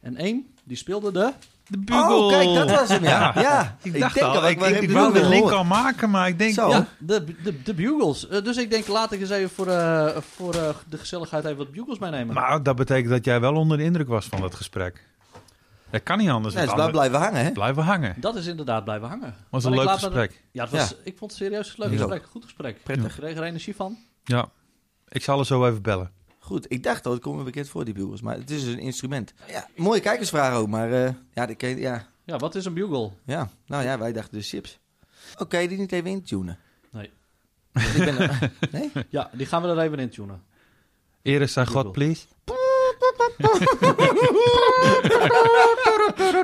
En één, die speelde de... de bugle. Oh, kijk, dat was hem, ja. Ja. ja. Ik dacht denk al, waar ik, waar ik, heb ik je wou nou de weer link gehoord? al maken, maar ik denk... Zo. Oh. Ja, de, de, de bugles. Eh, dus ik denk, laat ik eens even voor, eh, voor eh, de gezelligheid even wat bugles meenemen. Maar dat betekent dat jij wel onder de indruk was van dat gesprek. Dat kan niet anders. Nou, Het is blij andere- blijven hangen, hè? Blijven hangen. Dat is inderdaad blijven hangen. Was Maar een ik leuk laat me- gesprek. Ja, het was, ik vond het serieus een leuk Ik gesprek. Goed gesprek. Prettig. Ik kreeg er energie van. Ja, ik zal er zo even bellen. Goed, ik dacht al, het komt me bekend voor, die bugels. Maar het is dus een instrument. Ja, mooie kijkersvraag ook, maar... eh, ja, dat kan je- ja, Ja, wat is een bugle? ja, nou ja, wij dachten dus chips. Oké, die niet even intunen. Nee. Want Ik ben er- nee? Ja, die gaan we er even in tunen. Eer is aan God, Google. please.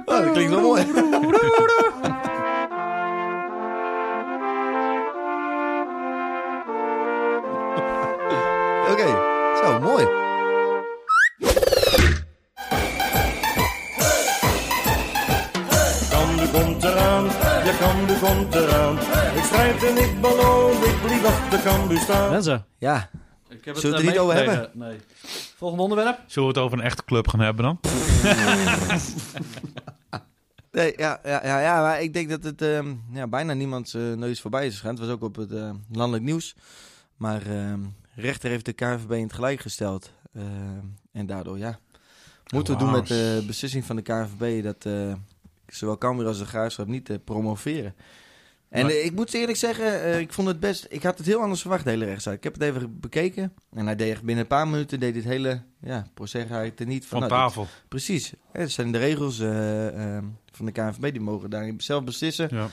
Oh, dat klinkt wel mooi. Oké, zo, mooi. Kandu komt eraan, ja Kandu komt eraan. Ik strijd en ik beloon, ik blijf achter Kandu staan. Mensen, Ja, Ik heb het, Zullen we het er eh, niet over meegekregen. Nee. Volgende onderwerp. Zullen we het over een echte club gaan hebben dan? Nee, ja, ja, ja, ja, maar ik denk dat het ehm, ja, bijna niemands eh, neus voorbij is gegaan. Het was ook op het eh, landelijk nieuws. Maar ehm, rechter heeft de KNVB in het gelijk gesteld. Ehm, en daardoor, ja, moeten we doen Wauw. met de beslissing van de KNVB dat eh, zowel Cambuur als de Graafschap niet eh, promoveren. En Maar- eh, ik moet ze eerlijk zeggen, eh, ik vond het best. Ik had het heel anders verwacht, de hele rechtszaak. Ik heb het even bekeken. En hij deed echt binnen een paar minuten deed dit hele ja, proces eigenlijk er niet van. Van nou, dit- tafel. Precies. Ja, Dat zijn de regels eh, eh, van de KNVB. Die mogen daarin zelf beslissen. Ja. Nou,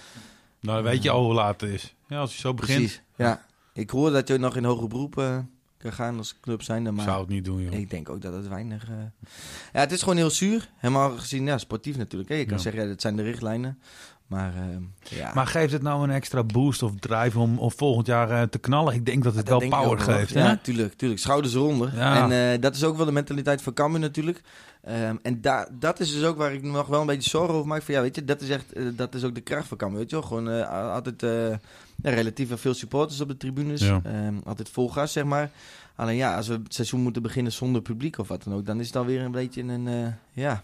dan weet je al hoe laat het is. Ja, als je zo begint, Precies. Ja. Ik hoor dat je nog in hoger beroep eh, kan gaan als club zijnde. Maar zou het niet doen, joh. ik denk ook dat het weinig... eh, Ja, het is gewoon heel zuur. Helemaal gezien, ja, sportief natuurlijk. Hè. Je kan Ja. zeggen, ja, dat zijn de richtlijnen. Maar eh, ja... Maar geeft het nou een extra boost of drive om, om volgend jaar eh, te knallen? Ik denk dat het Dat wel denk ik power ook wel. geeft. Ja, hè? tuurlijk, tuurlijk. Schouders eronder. Ja. En eh, dat is ook wel de mentaliteit van Cambuur natuurlijk. Ehm, en da dat is dus ook waar ik nog wel een beetje zorgen over maak. Van, ja, weet je, dat is echt, eh, dat is ook de kracht van Cambuur, weet je wel. Gewoon eh, altijd eh, ja, relatief wel veel supporters op de tribunes. Ja. Ehm, altijd vol gas, zeg maar. Alleen ja, als we het seizoen moeten beginnen zonder publiek of wat dan ook, dan is het alweer een beetje een, eh, ja,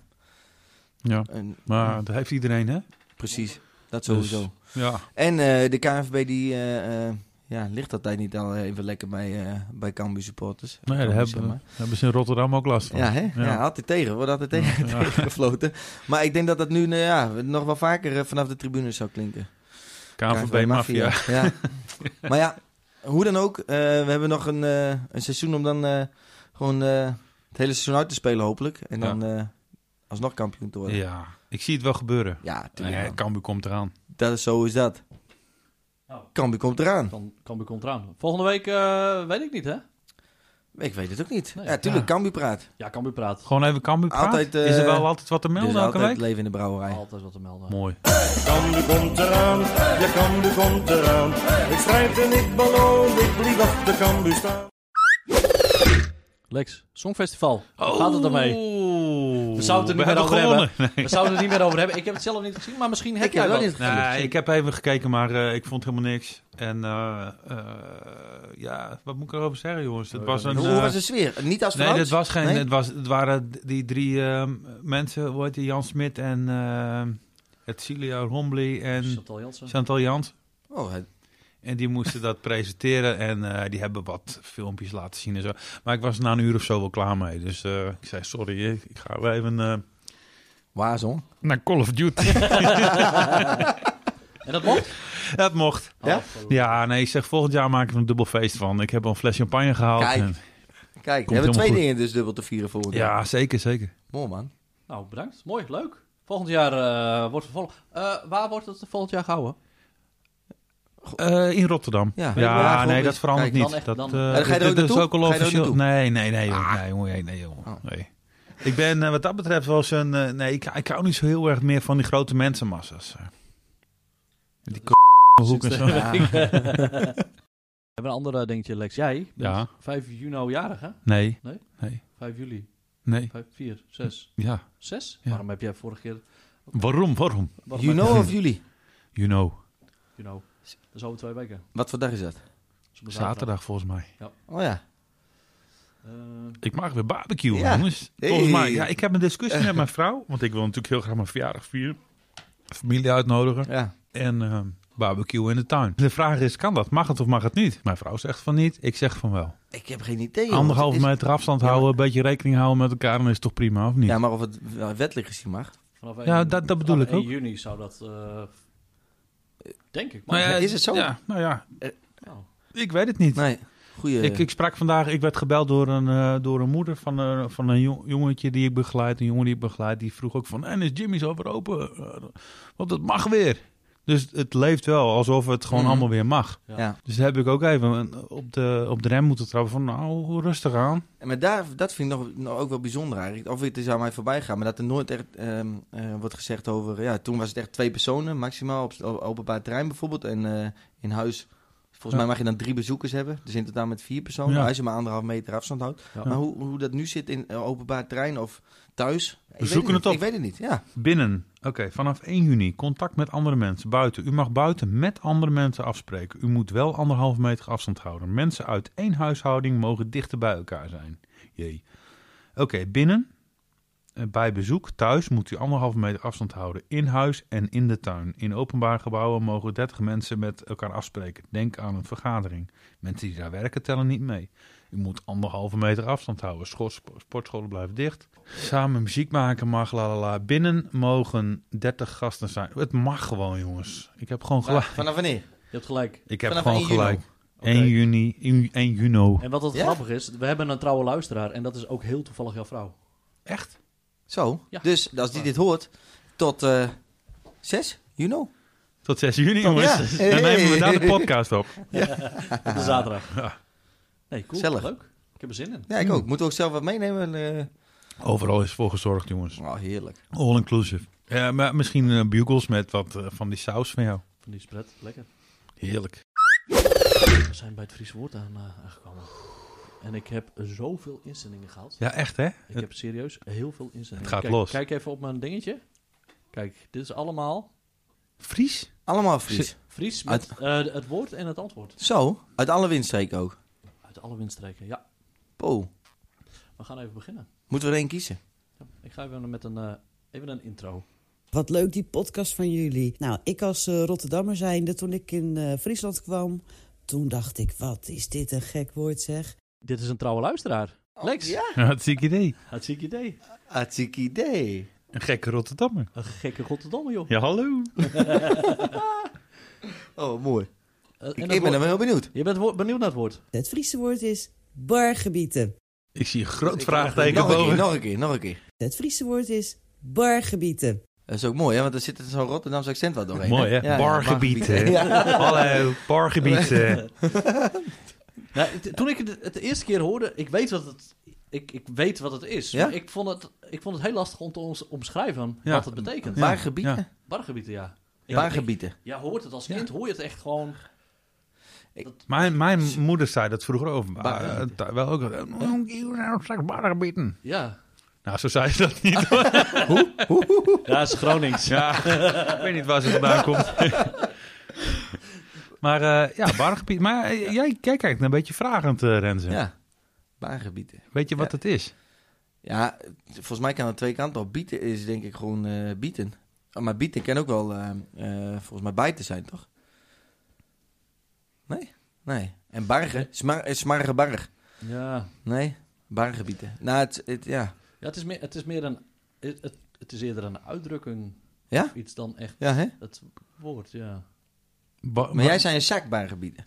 Ja. een, Maar dat heeft iedereen, hè? precies. Dat Dus sowieso. Ja. En eh, de KNVB die eh, eh, ja, ligt altijd niet al even lekker bij, eh bij Cambuur supporters. Nee, daar Zeg hebben, maar. hebben ze in Rotterdam ook last van. Ja, hè? Ja. altijd tegen. Wordt altijd tegen, Ja. gefloten. Maar ik denk dat dat nu nou ja, nog wel vaker eh, vanaf de tribune zou klinken. KNVB Mafia. Ja. maar ja, hoe dan ook. eh, we hebben nog een, eh, een seizoen om dan eh, gewoon eh, het hele seizoen uit te spelen hopelijk. En dan eh, alsnog kampioen te worden. Ja, Ja, ik zie het wel gebeuren. tuurlijk. Ja, Cambuur komt eraan. Dat is zo is dat. Nou. Cambuur komt eraan. Kan, kan komt eraan. Volgende week eh, weet ik niet, hè? Ik weet het ook niet. Nee, ja, tuurlijk, ja. Cambuur praat. Ja, kan praat. Gewoon even Cambuur praat. Altijd, eh, Is er wel altijd wat te Er melden is elke Dus altijd week? Oh, leven in de brouwerij. Altijd wat te melden. Mooi. Cambuur komt eraan, ja Cambuur komt eraan. Ik strijd en ik beloof, ik blijf achter Cambuur staan. Lex, Songfestival. Hoe gaat het Oh. ermee? Oeh. We zouden het er niet meer hebben over gewonnen. We zouden het niet meer over hebben. Ik heb het zelf niet gezien, maar misschien heb Ik jij heb wel wel. niet Nee, gezien. ik heb even gekeken, maar eh, ik vond helemaal niks. En eh, eh, ja, wat moet ik erover zeggen, jongens? Het was een... Oh, Hoe eh, was de sfeer? Niet als Nee, vanouds? dit was geen. Nee? Het, was, het waren d- die drie ehm, mensen, hoe heet die? Jan Smit en ehm het Cilia Rombly en Chantal Jansen. Chantal Jans. Oh, het- En die moesten dat presenteren en eh, die hebben wat filmpjes laten zien en zo. Maar ik was na een uur of zo wel klaar mee. Dus eh, ik zei, sorry, ik ik ga wel even eh, waar zo? naar Call of Duty. En dat mocht? dat mocht. Ja? Oh, Ja, nee, ik zeg, volgend jaar maak ik er een dubbel feest van. Ik heb al een fles champagne gehaald. Kijk. En- Kijk, we Komt hebben twee helemaal dingen dus dubbel te vieren voor. ja, zeker, zeker. Mooi man. Nou, bedankt. Mooi, leuk. Volgend jaar eh, wordt vervolgd. Eh, waar wordt het volgend jaar gehouden? Eh, in Rotterdam. Ja. Ja, Weet je waar gewoon nee, is? dat verandert Kijk, dan niet. echt, dat, dan- eh, Ja, dan ga je er ook dat is ook naartoe? al Ga je er ook officieel. naartoe? Ah. Nee, nee, nee, joh. nee, jongen, nee, nee, jongen. Oh. Nee. Ik ben eh, wat dat betreft wel zo'n... eh, nee, ik, ik hou niet zo heel erg meer van die grote mensenmassa's. eh. Die k- hoek en zo. We hebben een ander eh, dingetje, Lex. Jij bent Ja. 5 juni jarig, hè? Nee, 5 juli. nee, 5, 4, 6. ja. 6? Ja. Waarom heb jij vorige keer... Waarom, waarom? waarom You heb- know of jullie? You know, you know. Dat is over twee weken. Wat voor dag is dat? Dat is op een zaterdag volgens mij. Oh ja. Eh, Ik mag weer barbecue, Ja. jongens. Hey. Volgens mij. Ja, ik heb een discussie met mijn vrouw. Want ik wil natuurlijk heel graag mijn verjaardag vieren. Familie uitnodigen. ja. en ehm, barbecue in de tuin. De vraag is, kan dat? Mag het of mag het niet? Mijn vrouw zegt van niet, ik zeg van wel. Ik heb geen idee. joh. Anderhalve Het is- meter afstand Ja, maar- houden, een beetje rekening houden met elkaar, dan is het toch prima, of niet? Ja, maar of het wel wettelijk gezien mag. vanaf Ja, dat- dat bedoel vanaf ik 1 ook. juni zou dat... eh, denk ik. Nou Maar, ja, is het zo? Ja, nou ja, Nou, ik weet het niet. Nee. Goeie. Ik, ik sprak vandaag, ik werd gebeld door een, eh, door een moeder van, eh, van een jong- jongetje die ik begeleid, een jongen die ik begeleid, die vroeg ook van, en is Jimmy's over open? Eh, Want het mag weer. Dus het leeft wel, alsof het gewoon Mhm. allemaal weer mag. ja. ja. Dus heb ik ook even een- op de, op de rem moeten trappen van, nou, rustig aan. Maar daar, dat vind ik nog, nog ook wel bijzonder eigenlijk. Of het is aan mij voorbij gaan, maar dat er nooit echt ehm, eh, wordt gezegd over... Ja, toen was het echt twee personen, maximaal op op openbaar terrein bijvoorbeeld. En eh, in huis Volgens mij mag je dan drie bezoekers hebben. Dus in totaal met vier personen. Ja. Als je maar anderhalf meter afstand houdt. Ja. Maar hoe, hoe dat nu zit in eh, openbaar terrein of thuis. ik weet zoeken niet. het op. Ik weet het niet, ja. Binnen. Oké, vanaf 1 juni. Contact met andere mensen. Buiten. U mag buiten met andere mensen afspreken. U moet wel anderhalve meter afstand houden. Mensen uit één huishouding mogen dichter bij elkaar zijn. Jee. Oké, binnen. Eh, Bij bezoek thuis moet u anderhalve meter afstand houden. In huis en in de tuin. In openbare gebouwen mogen 30 mensen met elkaar afspreken. Denk aan een vergadering. Mensen die daar werken tellen niet mee. U moet anderhalve meter afstand houden. School- sp- sportscholen blijven dicht. Samen muziek maken mag, la la la. Binnen mogen 30 gasten zijn. Het mag gewoon, jongens. Ik heb gewoon Maar gelijk. vanaf wanneer? Je hebt gelijk. Ik heb vanaf gewoon 1 juni. gelijk. Oké. 1 juni, 1 juni. En wat het Ja? grappig is, we hebben een trouwe luisteraar en dat is ook heel toevallig jouw vrouw. Echt? Zo. Ja. Dus als die dit hoort, tot eh 6, you know. Tot 6 juni, Tot- jongens. ja. Dan nemen we Hey. daar de podcast op. Op de zaterdag. Nee, cool. Gezellig. Leuk. Ik heb er zin in. Ja, Hmm. ik ook. Moeten we ook zelf wat meenemen? eh? Overal is voor gezorgd, jongens. Oh, heerlijk. All inclusive. Ja, maar misschien eh, bugles met wat eh, van die saus van jou. Van die spread. Lekker. Heerlijk. We zijn bij het Friese woord aan, eh, aangekomen. En ik heb zoveel instellingen gehad. Ja, echt hè? Ik heb serieus heel veel instellingen. Het gaat kijk, los. Kijk even op mijn dingetje. Kijk, dit is allemaal Fries? Allemaal Fries. Fries met eh, het woord en het antwoord. Zo, uit alle windstreken ook. Uit alle windstreken. Ja, Po, we gaan even beginnen. moeten we er één kiezen? Ja, ik ga even met een, eh, even een intro. Wat leuk die podcast van jullie. Nou, ik als eh, Rotterdammer zijnde, toen ik in eh, Friesland kwam... toen dacht ik, wat is dit een gek woord zeg. Dit is een trouwe luisteraar. Oh, Lex, Oh, Ja. Hartstikke idee. hartstikke idee. Hartstikke idee. Een gekke Rotterdammer. Een gekke godverdomme, joh. Ja, hallo. Oh, mooi. Eh, en dat Ik, ik ben woord- er wel heel benieuwd. Je bent woord- benieuwd naar het woord. Het Friese woord is bargebieten. Ik zie een groot nog vraagteken een keer, boven. nog een keer, nog een keer. Het Friese woord is bargebieten. Dat is ook mooi, hè? Want er zit er zo'n Rotterdamse accent wat doorheen. Mooi hè? Ja, ja, bargebied. hè? bargebied. Ja. Hallo, bargebied. eh. hè? Nou, t- toen ik het het de eerste keer hoorde, ik weet wat het, ik, ik weet wat het is. Ja? Maar ik vond het, ik vond het heel lastig om te ons- omschrijven Ja. wat het betekent. Ja. Baargebieden? Bargebieden, ja. Ik- Baargebieden. ik- Ja, hoort het als Ja. kind, hoor je het echt gewoon. Mijn, mijn moeder zei dat vroeger over. me. Bar- Eh, daar wel ook. eh, "Oh, you know, zeg bargebieden. Ja, Nou, zo zei ze dat niet. hoor. ja is Gronings. Ja, ik weet niet waar ze vandaan komt. maar eh, ja, bargebied. Maar eh, jij, jij kijkt een beetje vragend, eh Renze. Ja. Baargebieden. Weet je wat het is? Ja, volgens mij kan het twee kanten op. Bieten is denk ik gewoon eh, bieten. Oh, Maar bieten kan ook wel eh, eh, volgens mij bijten zijn, toch? Nee? Nee. En bargen? Smar, eh, smarge barg. Ja. Nee? Bargebieden. Nou, het, het- ja. Ja, het is meer, het is meer een. Het, het, het is eerder een uitdrukking. Ja? Of iets dan echt Ja, hè? het woord, ja. Ba- Maar jij zei een zak baargebieden.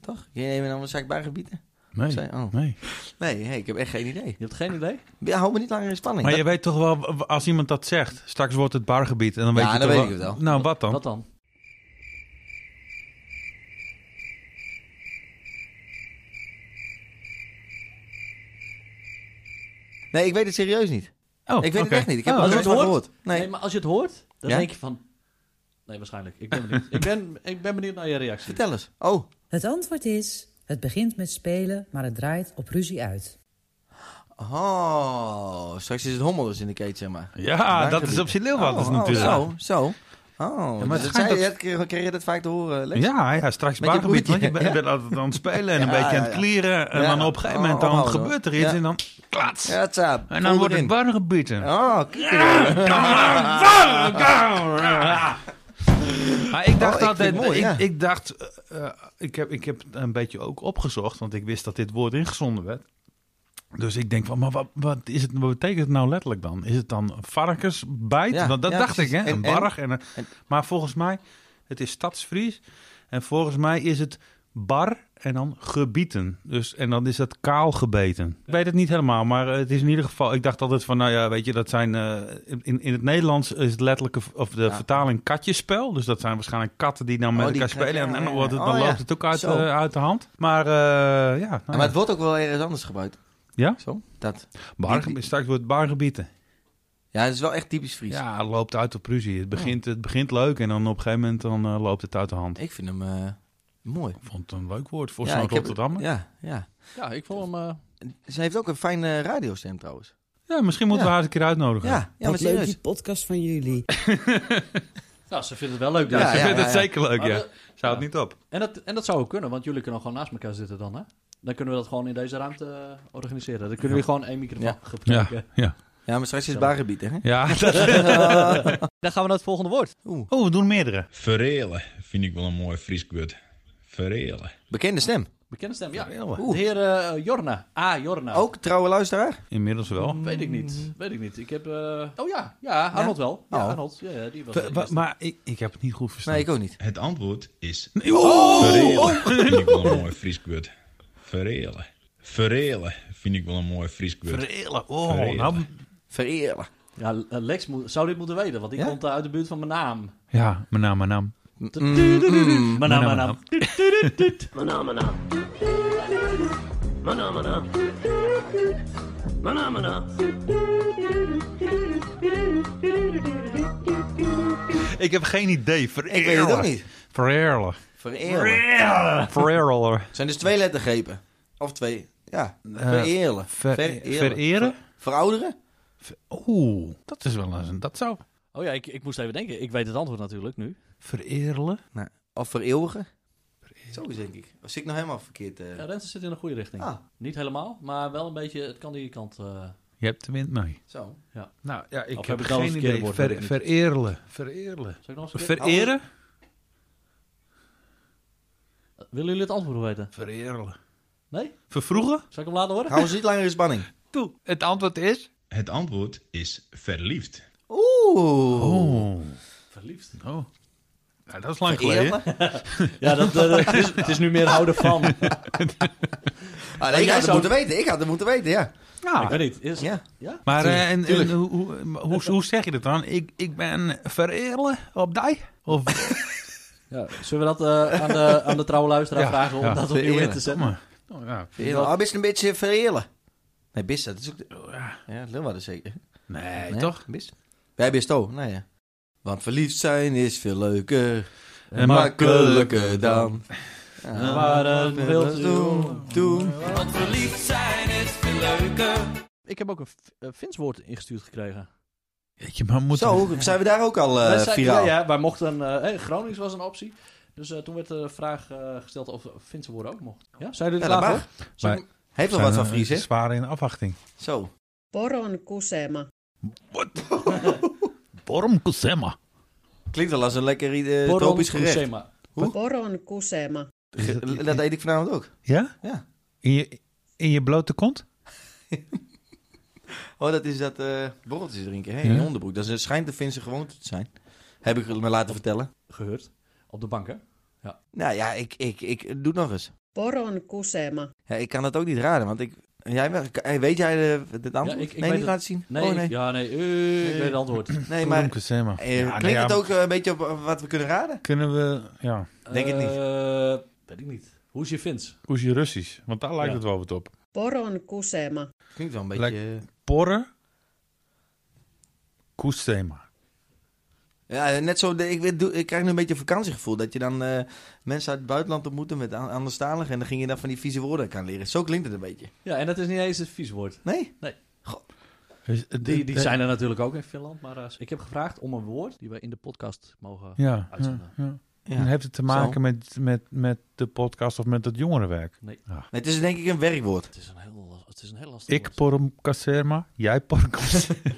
Toch? Jij neemt dan een zak baargebieden? Nee, zei- oh. nee. Nee, hey, ik heb echt geen idee. Je hebt geen idee? Ja, hou me niet langer in spanning. Maar Dat- je weet toch wel, w- als iemand dat zegt, straks wordt het bargebied. En dan weet Ja, je dan toch weet ik het wel. Nou, wat dan? Wat dan? Nee, ik weet het serieus niet. Oh, ik weet oké. het echt niet. Ik heb Oh, het als nooit je van het gehoord. Nee. Nee. maar als je het hoort, dan Ja? denk je van. Nee, waarschijnlijk. Ik ben benieuwd. ik, ben, ik ben benieuwd naar je reactie. Vertel eens. Oh. Het antwoord is: het begint met spelen, maar het draait op ruzie uit. Oh. Straks is het hommel dus in de keet, zeg maar. Ja, dat is op zijn Leeuwarders oh, natuurlijk. Oh, zo, zo. Oh, het maar dat schijnt zei, dat... Kreeg, kreeg je dat vaak te horen, Lex? Ja, ja, straks Met je bargebied. Want je broertje. bent, je bent altijd aan het spelen en Ja, een beetje aan ja, het ja. kleren. En Ja. dan op een gegeven moment dan Oh, ophouden. gebeurt er iets Ja. en dan klats. Ja, tsaap. En Voel dan wordt het erin. bargebieden. Oh, kijk erin. Maar ik dacht Oh, ik altijd, ik, vind het mooi, ja. ik dacht, eh, eh, ik, heb, ik heb het een beetje ook opgezocht, want ik wist dat dit woord ingezonden werd. Dus ik denk van, maar wat, wat, is het, wat betekent het nou letterlijk dan? Is het dan varkensbijt? Ja, want dat ja, dacht precies. ik, hè? En- Een en- barg. En, een- en- maar volgens mij, het is stadsfries. En volgens mij is het bar en dan gebieten. Dus, en dan is dat kaal gebeten. Ik weet het niet helemaal, maar eh, het is in ieder geval... Ik dacht altijd van, nou ja, weet je, dat zijn... eh, in, in het Nederlands is het letterlijke, v- of de Ja. vertaling katjespel. Dus dat zijn waarschijnlijk katten die dan met Oh, die elkaar krijgen- spelen. En, en dan, wordt het, ja, Oh, dan ja. loopt het ook uit, Zo. eh, uit de hand. Maar eh, ja, nou, Maar het wordt ook wel ergens anders gebruid. Ja? Zo, dat. Barge- straks wordt het bargebieten. Ja, dat is wel echt typisch Fries. Ja, het loopt uit op ruzie. Het begint, het begint leuk en dan op een gegeven moment dan, eh, loopt het uit de hand. Ik vind hem... eh, Mooi. Ik vond het een leuk woord voor Ja, zo'n ik heb- Rotterdammer. Ja. Ja, ja. Ja, ik vond hem... eh, Ze heeft ook een fijne radiostem trouwens. misschien moeten we Ja. haar eens een keer uitnodigen. Ja, ja maar Wat leuk, serieus. die podcast van jullie. nou, ze vinden het wel leuk. Ja, denk ik. ik ja, vind ja, het ja. zeker leuk, Maar ja. de- Zou het ja. niet op. En, dat, en dat zou ook kunnen, want jullie kunnen gewoon naast elkaar zitten dan, hè? Dan kunnen we dat gewoon in deze ruimte eh, organiseren. Dan kunnen jullie gewoon één microfoon Ja. Ja, gebruiken. ja. Ja, maar straks is het Zo. baargebied, hè? ja dat- Dan gaan we naar het volgende woord. Oeh, oh, we doen meerdere. Verrelen vind ik wel een mooi Fries woord. Verrelen. bekende stem. Bekende stem, ja. Oeh. De heer eh, Jorna. Ah, Jorna. Ook trouwe luisteraar? Inmiddels wel. Weet ik niet. Weet ik niet. Ik heb... eh, Oh ja, ja, Arnold wel. Ja, Oh. Arnold. Ja, ja, die was Wa- de wa- beste. Maar ik, ik heb het niet goed verstaan. Oh, Nee, ik ook niet. Het antwoord is... Verrelen vind ik wel een mooi Fries woord. Verrelen. Verrelen vind ik wel een mooi Fries woord. Verrelen. Oh, Verrelen. nou- Vereren. Ja, eh, Lex moet- zou dit moeten weten, want die Ja? komt eh, uit de buurt van mijn naam. Ja, mijn naam, mijn naam. Mijn naam, mijn naam. Manamana. Manamana. Manamana. Ik heb geen idee. Verrelen. Ik weet het ook niet. Verrelen. Vereren. Verrelen. Het zijn dus twee lettergrepen. Of twee. Ja, vereren. Ver- Vereren. Vereren? Verouderen? Oeh, dat is wel eens een... Dat zou... Oh ja, ik, ik moest even denken. Ik weet het antwoord natuurlijk nu. Vererelen? Of vereeuwigen? Zo is denk ik. Of zit ik nou helemaal verkeerd? eh? Ja, Rensen zit in de goede richting. Ah. Niet helemaal, maar wel een beetje... Het kan die kant... eh, Je hebt de wind mee. Zo. Nou ja, ik Of heb heb ik dan het geen verkeerde idee. woord, Ver- weet ik niet. vererelen. Vererelen. zal ik nog eens een keer- Vereren? Willen jullie het antwoord weten? Vererelen. Nee? Vervroegen? Zal ik hem laten horen? Hou ons niet langer in spanning. Toe. Het antwoord is... Het antwoord is verliefd. Oeh. Oh. Verliefd. oh. Nou, dat is lang geleden. Vereren. Ja, dat, eh, het, is, het is nu meer houden van. Ah, nee, jij ik had het zou- moeten weten. Ik had het moeten weten, ja. Ik Ja. weet niet. Is, Ja. ja? Maar eh, en, tuurlijk. en hoe, hoe, maar hoe, hoe zeg je dat dan? Ik, ik ben vererelen op dij? Of Zullen we dat eh, aan, de, aan de trouwe luisteraar Ja, vragen om ja. dat opnieuw in Eerlijk, te Kom zetten? maar. Oh, ja. Vereren. Ah, bist een beetje vereren. Nee, bist dat is ook... de- Ja, Lilwa is zeker. Nee, Nee, toch? Bist. Wij bist ook, nou ja. Want verliefd zijn is veel leuker. En makkelijker dan. Maar, eh, wilt u- doen, doen. Ik heb ook een F- eh, Fins woord ingestuurd gekregen. Weet je, maar moet Zo, zijn we daar ook al eh, Wij zeiden- viraal? Ja, ja, wij mochten... eh hey, Gronings was een optie. Dus eh, toen werd de vraag eh, gesteld of Finse woorden ook mochten. Ja? Zou jullie Ja, het dat laten mag. horen? Zal ik Maar- hem- Heeft wel wat van Fries, hè? Zwaar in afwachting. Zo. Poron kusema. Borm Kusema. Klinkt wel als een lekker eh, Boron tropisch gerecht. Kusema. Poron kusema. Ge- Dat eet ik vanavond ook. Ja? Ja. In je, in je blote kont? Oh, dat is dat eh borreltjes drinken. Hé, Ja. in je onderbroek. Dat is, schijnt de Finse gewoonte te zijn. Heb ik me laten vertellen. Gehoord. Op de bank, hè? Nou ja, ik, ik, ik doe het nog eens. Poron kusema. Ja, ik kan dat ook niet raden, want ik... Jij, wel- k- hey, weet jij de, het antwoord? ik- ik weet nee, niet het. laten zien. Nee, Oh, ik- nee. ja, nee. eh, Ik weet het antwoord. nee, maar Borm Kusema. eh, Ja, klinkt nou ja, het ook eh, een beetje op eh, wat we kunnen raden? Kunnen we... Ja. Denk het niet. Eh, weet ik niet. Hoe is je Fins? Hoe is je Russisch? Want daar lijkt Ja. het wel wat op. Poron kusema. Klinkt wel een beetje... Lijkt- Porre. Kusema. Ja, net zo. de- Ik, weet- doe- ik krijg nu een beetje een vakantiegevoel. Dat je dan eh, mensen uit het buitenland ontmoette met aan- anderstaligen. En dan ging je dan van die vieze woorden kan leren. Zo klinkt het een beetje. Ja, en dat is niet eens het vies woord. Nee? Dus, eh, Die, die eh, zijn er natuurlijk ook in Finland. Maar eh, ik heb gevraagd om een woord die we in de podcast mogen. Ja, ja, uitzenden. ja. En heeft het te maken met, met, met de podcast of met het jongerenwerk? Nee, het is denk ik een werkwoord. Het is een heel, las- het is een heel lastig Ik woord. porm Kusema, jij porm Kusema.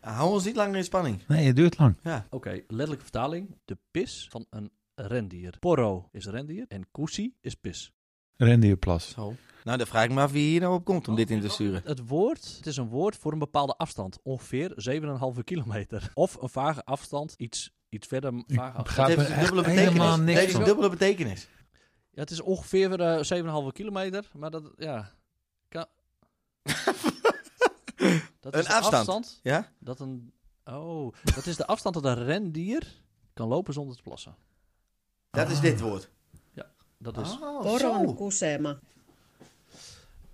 Hou ons niet langer in spanning. Nee, het duurt lang. Ja. Oké, letterlijke vertaling. De pis van een rendier. Poro is rendier en kusi is pis. Rendierplas. Zo. Nou, dan vraag ik me af wie hier nou op komt om Oh. dit in te sturen. Het woord, het is een woord voor een bepaalde afstand. Ongeveer 7,5 kilometer. Of een vage afstand, iets, iets verder m- vage afstand. Gaat het heeft er een dubbele he- betekenis. helemaal Het niks heeft een van. dubbele betekenis. Ja, het is ongeveer eh 7,5 kilometer, maar dat, ja... Kan... dat Een de afstand. Ja? Dat een... Oh, dat is de afstand dat een rendier kan lopen zonder te plassen. Dat is dit woord. Dat is... Oh, zo. Poron kusema. Maar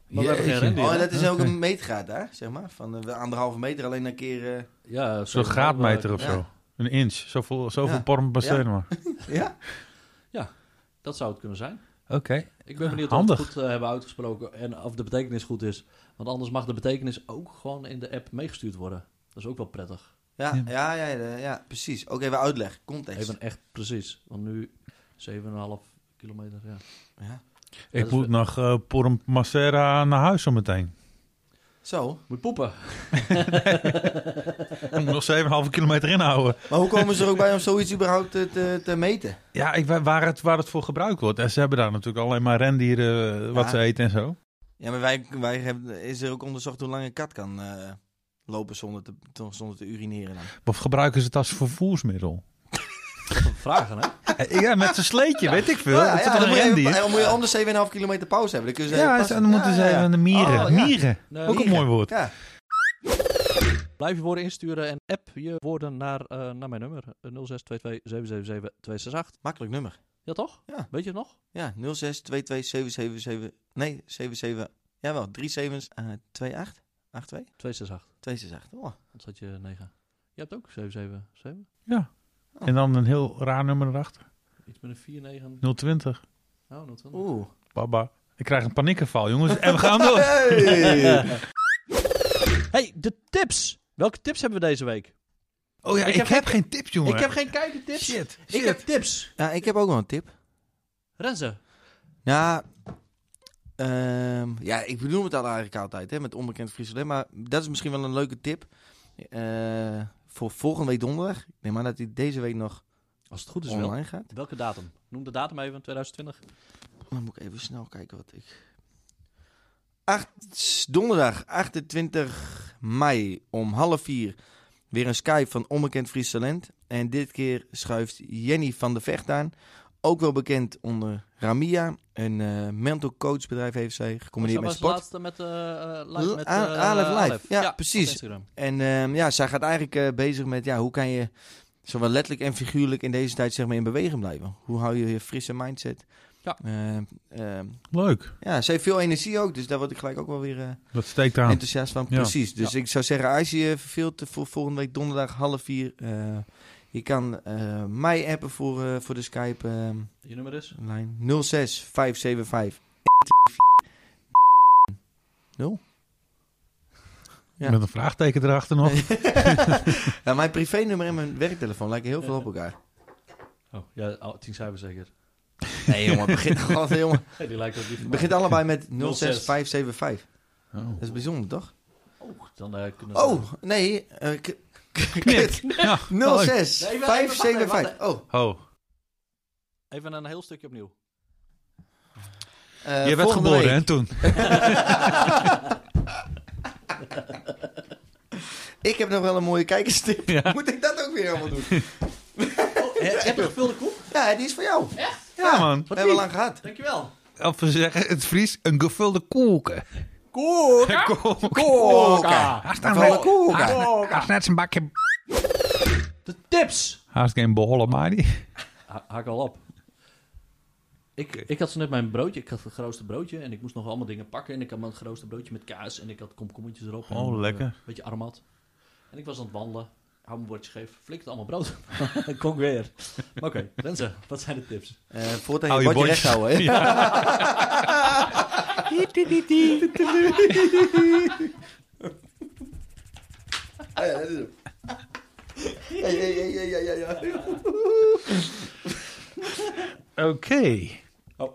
we hebben geen Jeetje. rendier. Oh, hè? dat is ook Oké. een meetgraad daar, zeg maar. Van eh, anderhalve meter alleen een keer... eh, Ja, Zo'n graadmeter of Ja. zo. Een inch. Zoveel, zoveel Ja. porm Kusema. ja? Ja. Dat zou het kunnen zijn. Oké. Ik ben benieuwd of we handig. het goed eh, hebben uitgesproken en of de betekenis goed is. Want anders mag de betekenis ook gewoon in de app meegestuurd worden. Dat is ook wel prettig. Ja, ja, ja, ja, ja, precies. Ook even uitleg, context. Even echt precies. Want nu 7,5 kilometer. Ja. Ja. Dat Ik is moet wel- nog eh Porm Macera naar huis zometeen. Zo. Moet poepen. Ik moet nog 7,5 kilometer inhouden. Maar hoe komen ze er ook bij om zoiets überhaupt te, te, te meten? Ja, ik, wa- waar, het, waar het voor gebruikt wordt. En ze hebben daar natuurlijk alleen maar rendieren eh, wat Ja. ze eten en zo. Ja, maar wij, wij hebben, is er ook onderzocht hoe lang een kat kan eh, lopen zonder te, zonder te urineren dan? Of gebruiken ze het als vervoersmiddel? Wat een vragen, hè? Eh, Ja, met zijn sleetje, weet ik veel. Ja, ja, het is dan, toch een moet je, rendier? dan moet je anders 7,5 kilometer pauze hebben. Dan kun je ze even Ja, passen. en dan moeten ze Ja, ja, ja. even de mieren. Oh, ja. Mieren, Nee, ook een mieren. mooi woord. Ja. Blijf je woorden insturen en app je woorden naar, eh, naar mijn nummer. eh, 062227772668. Makkelijk nummer. Ja, toch? Ja. Weet je het nog? Ja, 06 22 777 Nee, 77. Jawel, eh, 3 7 28. 82? 268. 268. Oh. Anders had je 9. Je hebt ook 777. En dan een heel raar nummer erachter. Iets met een 49. 020. Oh, 020. Oeh. Baba. Ik krijg een paniekenval, jongens. En we gaan door. Hey! Hey, de tips. Welke tips hebben we deze week? Oh ja, ik, heb, geen tips, jongen. Ik heb geen kijkertips. Shit, Ik shit. heb tips. ja, ik heb ook wel een tip. Renze. Ja, ehm, ja, ik benoem het al eigenlijk altijd, hè, met onbekend Friesland. Maar dat is misschien wel een leuke tip eh, voor volgende week donderdag. Ik neem aan dat hij deze week nog Als het goed is wel. online gaat. Welke datum? Noem de datum even, 2020. Dan moet ik even snel kijken wat ik... Acht, donderdag 28 mei om half vier weer een Skype van onbekend Fries talent. En dit keer schuift Jenny van der Vecht aan. Ook wel bekend onder Ramia. Een eh, mental coach bedrijf heeft zij, gecombineerd met Was sport. laatste met eh, eh, live. L- Met, A- eh, Alef Live. Ja, op precies. Instagram. En ehm, ja, zij gaat eigenlijk eh, bezig met ja, hoe kan je zowel letterlijk en figuurlijk in deze tijd zeg maar, in beweging blijven. Hoe hou je je frisse mindset? Ja. Ehm, ehm, Leuk. ja, ze heeft veel energie ook, dus daar word ik gelijk ook wel weer eh, Dat steekt aan. enthousiast van. Ja. Precies. Dus ik zou zeggen, als je je verveelt eh, voor volgende week donderdag half vier, eh, je kan eh, mij appen voor, eh, voor de Skype-lijn Je nummer is? 06 575. Ja. Met een vraagteken erachter nog. Ja, mijn privénummer en mijn werktelefoon lijken heel veel op elkaar. Oh, ja, oh, tien cijfers zeker. Nee, jongen, begin gewoon, jongen. Hey, die lijkt ook niet van Het mij. begint allebei met 06. 06575. Oh. Dat is bijzonder, toch? Oh, dan eh, kunnen we... Oh, nee. eh, k- k- Knip. kut. Ja. Oh, leuk. 06575. Oh. Oh. Even een heel stukje opnieuw. eh, Je werd volgende geboren, week. hè, toen? Ik heb nog wel een mooie kijkerstip. Ja. Moet ik dat ook weer allemaal doen? heb je gevulde koek? Ja, die is voor jou. Ja, man. We hebben lang gehad. Dankjewel. Of we zeggen het Fries, een gevulde koeken. Koek! Koeken. Koka. Wel een koka. Haast net zijn bakje... De tips! Haast geen beholle maaie. Ha- haak al op. Ik, ik had zo net mijn broodje, ik had het grootste broodje en ik moest nog allemaal dingen pakken. En ik had mijn grootste broodje met kaas en ik had komkommetjes erop. en, Oh, eh, lekker. beetje armat. En ik was aan het wandelen, hou mijn bordje scheef, flikt allemaal brood. Kom ik weer. Maar oké, mensen, wat zijn de tips? Eh, Voortaan Hou je je bordje bordje. recht houden. hè? Ah, Ja, dat is hem. Ja, ja, ja, ja, ja, ja, ja. Oké. Oh.